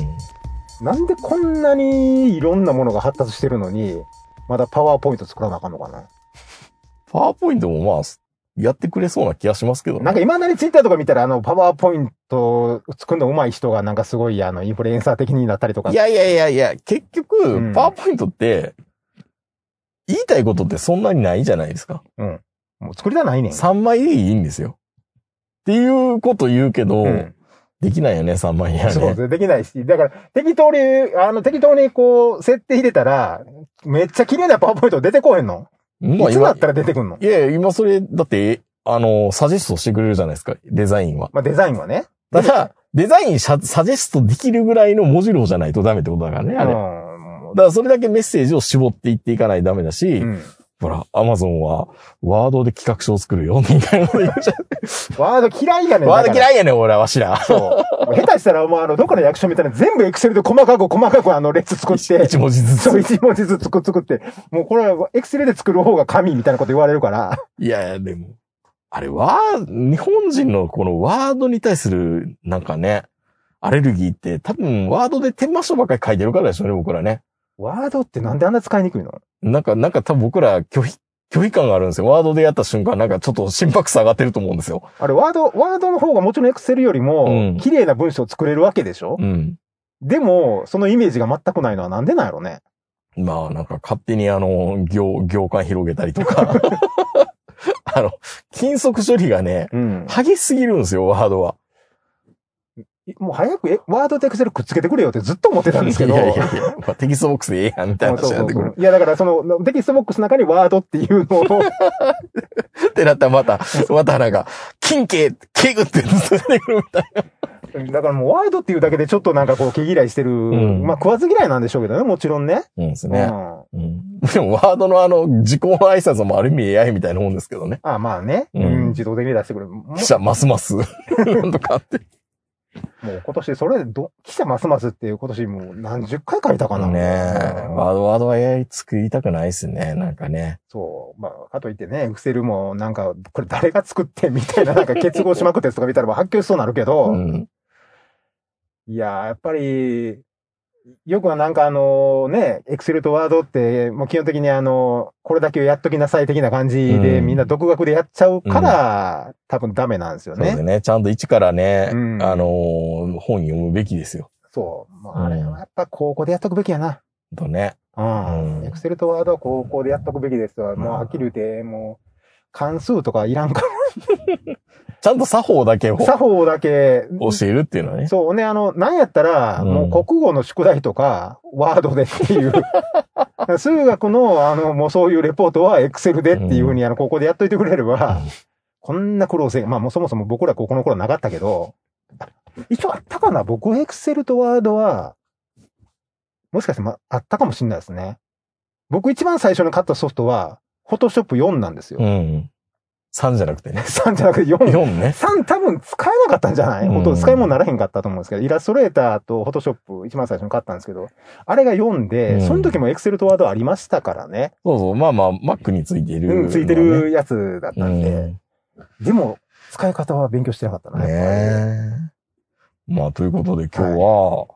D: なんでこんなにいろんなものが発達してるのに、まだパワーポイント作らなあかんのかな。
C: パワーポイントもまあ、やってくれそうな気がしますけどね
D: なんか今なりツイッターとか見たら、あの、パワーポイント作るの上手い人がなんかすごい、あの、インフルエンサー的になったりとか。
C: いやいやいやいや、結
D: うん
C: 局、パワーポイントって、言いたいことってそんなにないじゃないですか。
D: もう作りたないねん。
C: 3枚でいいんですよ。っていうこと言うけど、
D: うん
C: できないよね、3枚やね。
D: そうですね。できないし。だから、適当に、あの、適当にこう、設定入れたら、めっちゃ綺麗なパワーポイント出てこへんの。
C: まあ
D: いつだ
C: 今
D: っ、たら出てくんの
C: いやいや、今それ、だって、あの、サジェストしてくれるじゃないですか、デザインは。
D: まあ、デザインはね。
C: ただ、デザインササジェストできるぐらいの文字量じゃないとダメってことだからね、あれ。だ
D: うん
C: からそれだけメッセージを絞っていっていかないとダメだし、
D: うん
C: ほら、アマゾンは、ワードで企画書を作るよ、みた いなこと言うじゃん。
D: ワード嫌いやねん。
C: ワード
D: い
C: 嫌いやねん、俺は、わしら。
D: そう。下手したら、もう、あの、どっかの役所みたいな全部エクセルで細かく細かく、あの、列作って
C: 一、文字ずつ。
D: そう、一文字ずつ作作って、もうこれはエクセルで作る方が神みたいなこと言われるから、
C: いやいや、でも、あれは、日本人のこのワードに対する、なんかね、アレルギーって多分ワードで天魔書ばっかり書いてるからでしょうね、僕らね。
D: ワードってなんであんな使いにくいの
C: なんか、なんか多分僕ら拒否距離感があるんですよ。ワードでやった瞬間、なんかちょっと心拍数上がってると思うんですよ。
D: あれ、ワード、ワードの方がもちろんエクセルより
C: うん
D: も、綺麗な文章を作れるわけでしょ、
C: うん。
D: でも、そのイメージが全くないのはなんでなんやろね。
C: まあ、なんか勝手にあの、業、業界広げたりとか。 あの、金属処理がね、
D: うん。
C: 激しすぎるんですよ、ワードは。
D: もう早くえワードとエクセルくっつけてくれよってずっと思ってたんですけど。
C: いやいやいや、まあ、テキストボックスでええやん、みたいな話になってくる。
D: いや、だからその、テキストボックスの中にワードっていうのを、
C: ってなったらまた、またなんか、金系、ケグって出てくるみたい
D: だからもうワードっていうだけでちょっとなんかこう毛嫌いしてる、
C: ん
D: まあ食わず嫌いなんでしょうけどね、もちろんね。
C: な。うんです
D: う
C: ね。
D: ん。
C: うん、でも、ワードのあの、自己の挨拶もある意味 AI みたいなもんですけどね。
D: ああまあね、
C: う
D: うんん。自動的に出してくれる。も
C: 記者、ますます、 なんとかって。
D: もう今年それど、記者ますますっていう今年もう何十回書いたかな。
C: ねえ
D: うん
C: ワード、ワードは AI 作りたくないですね、なんかね。
D: そう。まあ、かといってね、エクセルもなんか、これ誰が作ってん みたいな、なんか結合しまくってとか見たらもう発狂しそうになるけど、
C: うん。
D: いやー、やっぱり、よくはなんかあのね、エクセルとワードって、もう基本的にあの、これだけをやっときなさい的な感じで、
C: うん
D: みんな独学でやっちゃうから、多分ダメなんですよ
C: そうです
D: ね。
C: ね。ちゃんと一からね、
D: うん
C: あのー本読むべきですよ。
D: そう。もうあれはやっぱ高校でやっとくべきやな。
C: ほんとね。
D: うん
C: う。ん
D: エクセルとワードは高校でやっとくべきですわ。もうはっきり言って、もう、関数とかいらんか
C: ちゃんと作法だけを
D: ら、作法だけ、
C: 教えるっていうのはね。
D: そうね、あの、なんやったら、
C: うん
D: もう国語の宿題とか、ワードでって いう。数学の、あの、もうそういうレポートはエクセルでっていうふうに、あの、ここでやっといてくれれば、こんな苦労せん。まあ、もうそもそも僕らここの頃なかったけど、一応あったかな僕、エクセルとワードは、もしかして、ま、あったかもしれないですね。僕一番最初に買ったソフトは、フォトショップ4なんです よ。
C: うん。3じゃなくてね。
D: 3じゃなくて4。
C: 4ね。
D: 3多分使えなかったんじゃない、
C: うん
D: ほとんど使い物にならへんかったと思うんですけど、イラストレーターとフォトショップ一番最初に買ったんですけど、あれが読んで、
C: うん
D: その時もエクセルとワードありましたからね。
C: そうそう。まあまあ、Mac についている、
D: うん、ついて。るやつだった
C: うんん。
D: で。
C: ね
D: でも、使い方は勉強してなかったな。やっ
C: え。まあ、ということで今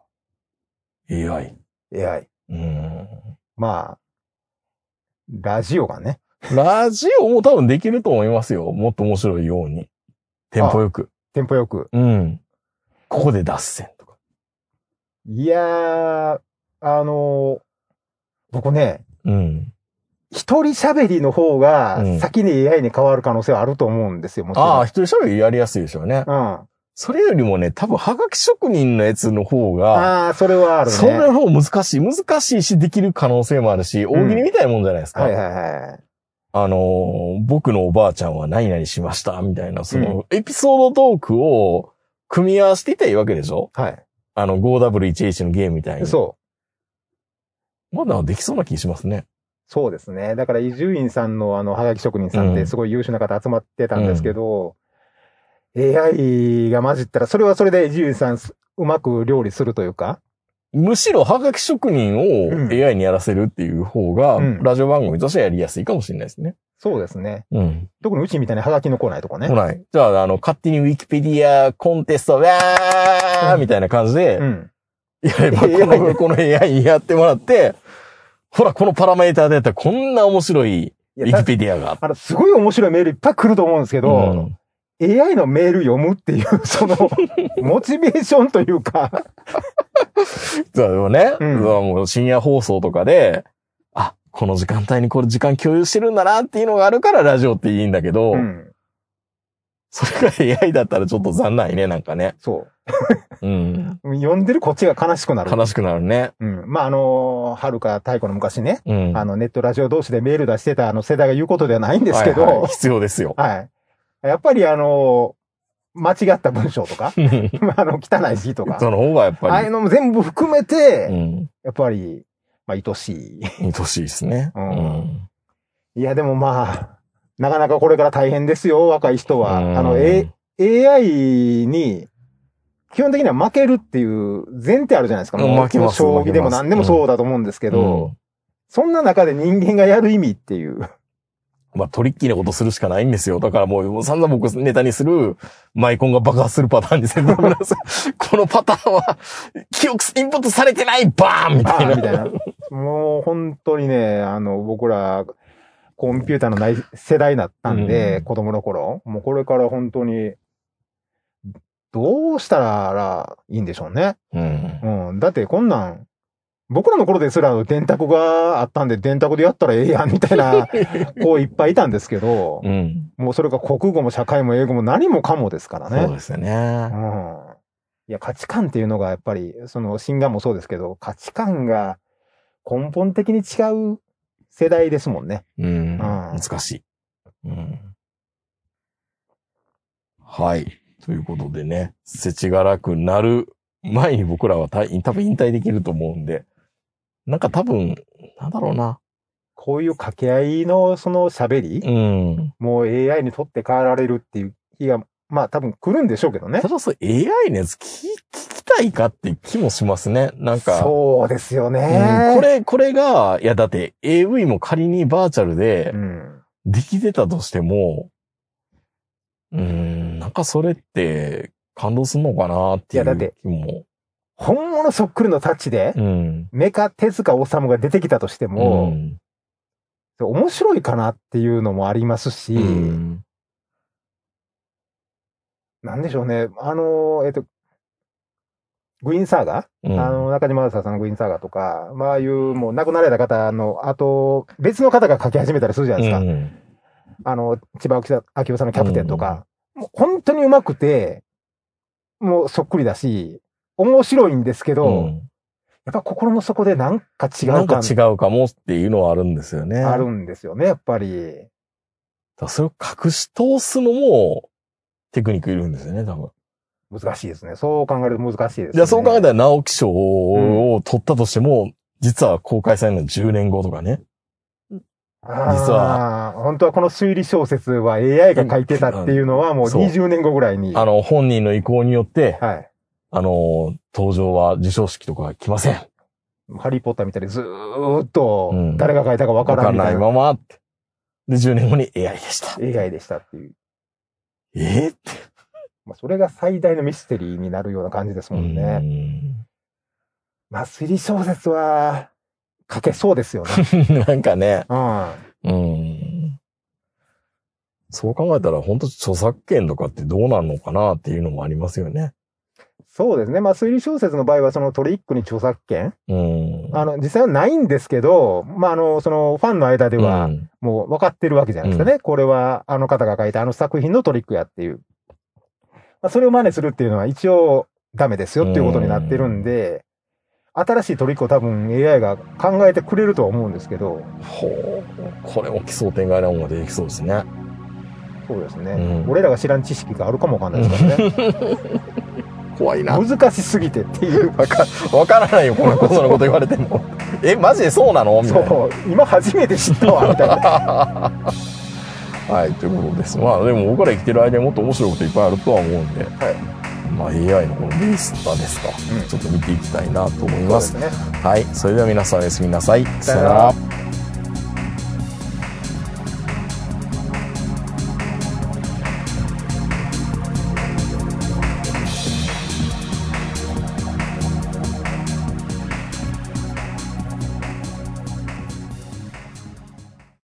C: 日は、AI。
D: ぱり AI。
C: うん。
D: まあ、ラジオがね。
C: ラジオも多分できると思いますよ。もっと面白いように。テンポよく。
D: テンポよく。
C: うん。ここで脱線とか。
D: いやー、あのー僕ね、
C: うん。
D: 一人喋りの方
C: うん
D: が先に AI に変わる可能性はあると思うんですよ、もちろん。
C: ああ、一人喋りやりやすいでしょうね。
D: うん。
C: それよりもね、多分、はがき職人のやつの方が、
D: ああ、それはあるね。
C: それの方難しい。難しいし、できる可能性もあるし、大喜利みたいなもんじゃないですか。
D: はいはいはい。
C: あのー、僕のおばあちゃんは何々しました、みたいな、その、エピソードトークを組み合わせていたいわけでしょ
D: は
C: あの、5W1H のゲームみたい
D: い。
C: に。
D: そう。
C: う。まだできそうな気しますね。
D: そうですね。だから伊集院さんのあの、はがき職人さんっ
C: うん
D: てすごい優秀な方集まってたんですけど、AI が混じったら、それはそれで伊集院さんすうまく料理するというか、
C: むしろ、はがき職人
D: う
C: を
D: ん
C: AI にやらせるっていう方が、
D: うん
C: ラジオ番組としてはやりやすいかもしれないですね。
D: そうですね。
C: うん。
D: 特にうちみたいなはがきのコーナーとかね
C: ほ。ら、じゃあ、あの、勝手にウィキペディアコンテスト、わーみたいな感じで
D: う、ん。
C: やれば、こ
D: AI
C: の、この AI にやってもらって、ほら、このパラメーターでやったらこんな面白い
D: い
C: ウ
D: や
C: ィキ
D: た
C: ペディアがあっ
D: あの、すごい面白いメールいっぱい来ると思うんですけ
C: て。
D: ど、AI のメール読むっていう、 その、モチベーションというか、
C: そうでもね、
D: うん
C: そうもう深夜放送とかで、あ、この時間帯にこれ時間共有してるんだなっていうのがあるからラジオっていいんだけど、
D: うん。
C: それが AI だったらちょっと残ないね、なんかね。
D: そ
C: うん。
D: う。読んでるこっちが悲しくなる。
C: 悲しくなるね。
D: うん。まあ、あの、はるか太古の昔ね、
C: うん。
D: あの、ネットラジオ同士でメール出してたあの世代が言うことではないんですけど、
C: はいは
D: はい
C: 必要ですよ。、
D: い、やっぱりあの、間違った文章 とか
C: そ
D: あの、汚い字とか、
C: の方がやっ
D: ああ
C: ぱ
D: いう
C: り、
D: のも全部含めて、
C: うん。
D: やっぱり、まあ、愛しい。
C: 愛しいですね。
D: うん
C: うん
D: いや、でもまあ、なかなかこれから大変ですよ、若い人は。
C: うん
D: あの、A、AI に、基本的には負けるっていう前提あるじゃないですか。
C: うん
D: もう
C: 負けます
D: 将棋で
C: 負けま
D: も
C: す
D: 何でもそうだと思うんですけど、
C: うん
D: そんな中で人間がやる意味っていう。
C: まあ、トリッキーなことするしかないんですよ。だからもう散々僕ネタにする、マイコンが爆発するパターンにせず このパターンは、記憶、インプットされてないバーンみたい
D: あ
C: な。
D: ーみたいな。もう本当にね、あの、僕ら、コンピューターのない世代だったんで、
C: うん
D: 子供の頃。もうこれから本当に、どうしたらいいんでしょうね。
C: うん。
D: うん。だってこんなん、僕らの頃ですら電卓があったんで、電卓でやったらええやんみた いな子いっぱいいたんですけど、
C: うん。
D: もうそれが国語も社会も英語も何もかもですから
C: そう
D: ね。
C: です
D: う
C: ね。
D: ん。いや、価値観っていうのがやっぱり、その、新眼もそうですけど、価値観が根本的に違う世代ですもんね。
C: うん。
D: うん
C: 難しい。うん。はい。ということでね、せちがらくなる前に僕らはた多分引退できると思うんで、なんか多分、なんだろうな。
D: こういう掛け合いのその喋り、
C: うん。
D: もう AI にとって変わられるっていう日が、まあ多分来るんでしょうけどね
C: た。だそう AI のやつ聞き聞きたいかって気もしますね。なんか。
D: そうですよね。
C: うんこれ、これが、いやだって AV も仮にバーチャルで
D: うん。
C: できてたとしても、うーん、なんかそれって感動すんのかなってい
D: いやだって
C: う気も。
D: 本物そっくりのタッチで、
C: うん。
D: メカ手塚治虫が出てきたとしても、
C: ん
D: 面白いかなっていうのもありますし、
C: うん。
D: なんでしょうね。あの、えっと、グイーンサーガ
C: うん
D: あの、中島正さんのグイーンサーガとか、まあああいう、もう亡くなられた方の、あと、別の方が書き始めたりするじゃないですか。
C: うん
D: あの、千葉明夫さんのキャプテンとか、もう本当にうまくて、もうそっくりだし、面白いんですけど、
C: うん
D: やっぱ心の底でなんか違
C: な
D: うん
C: か
D: 感
C: 違うかもっていうのはあるんですよね。
D: ある
C: だか
D: んですよね、やっぱり。
C: らそれを隠し通すのも、テクニックいるんですよね、多分。
D: 難しいですね。そう考えると難しいです、ね。
C: じゃあそう考えたら直木賞を取ったとしても、実は公開されるのは10年後とかね。実
D: あー本当はこの推理小説は AI が書いてたっていうのはもう
C: そう
D: 20年後ぐらいに。
C: あの、本人の意向によって、
D: はい。
C: あの、登場は授賞式とか来ません。
D: ハリーポッターみたいにずーっと
C: うん
D: 誰が書いたかわ
C: わか
D: から
C: ん
D: んみ
C: な
D: たい
C: い
D: な
C: まま。で、10年後に AI でした。
D: AI でしたっていう。
C: えって。
D: まあ、それが最大のミステリーになるような感じですもんね。まあ、推理小説は書けそうです よね。
C: うんなんかね、
D: うん。
C: うん。そう考えたら、本当著作権とかってどうなるのかなっていうのもありますよね。
D: そうですね。まあ、推理小説の場合は、そのトリックに著作権、
C: うん。
D: あの、実際はないんですけど、まあ、あの、その、ファンの間で
C: で
D: は、もう分かってるわけじゃないですかね。これは、あの方が書いたあの作品のトリックやっていう。まあ、それを真似するっていうのは、一応、ダメですよっていうことになってるんで、新しいトリックを多分 AI が考えてくれるとは思うんですけど、
C: ほう。これも奇想天外なものが出てきそうですね。
D: そうですね。
C: うん
D: 俺らが知らん知識があるかもわかんないですからね。
C: 怖いな。
D: 難しすぎてっていう
C: わかわからないよ、こんなことのこと言われて も。え、マジでそうなのみたいな。
D: そう、今初めて知ったわ、み たいな。
C: はい、ということです。まあ、でも僕ら生きてる間にもっと面白いこといっぱいあるとは思うんで、まあ、AI のこのベースタですか、
D: うん
C: ちょっと見ていきたいなと思います。
D: ね。
C: はい、それでは皆さんおやすみなさい。
D: さよなら
C: さよなら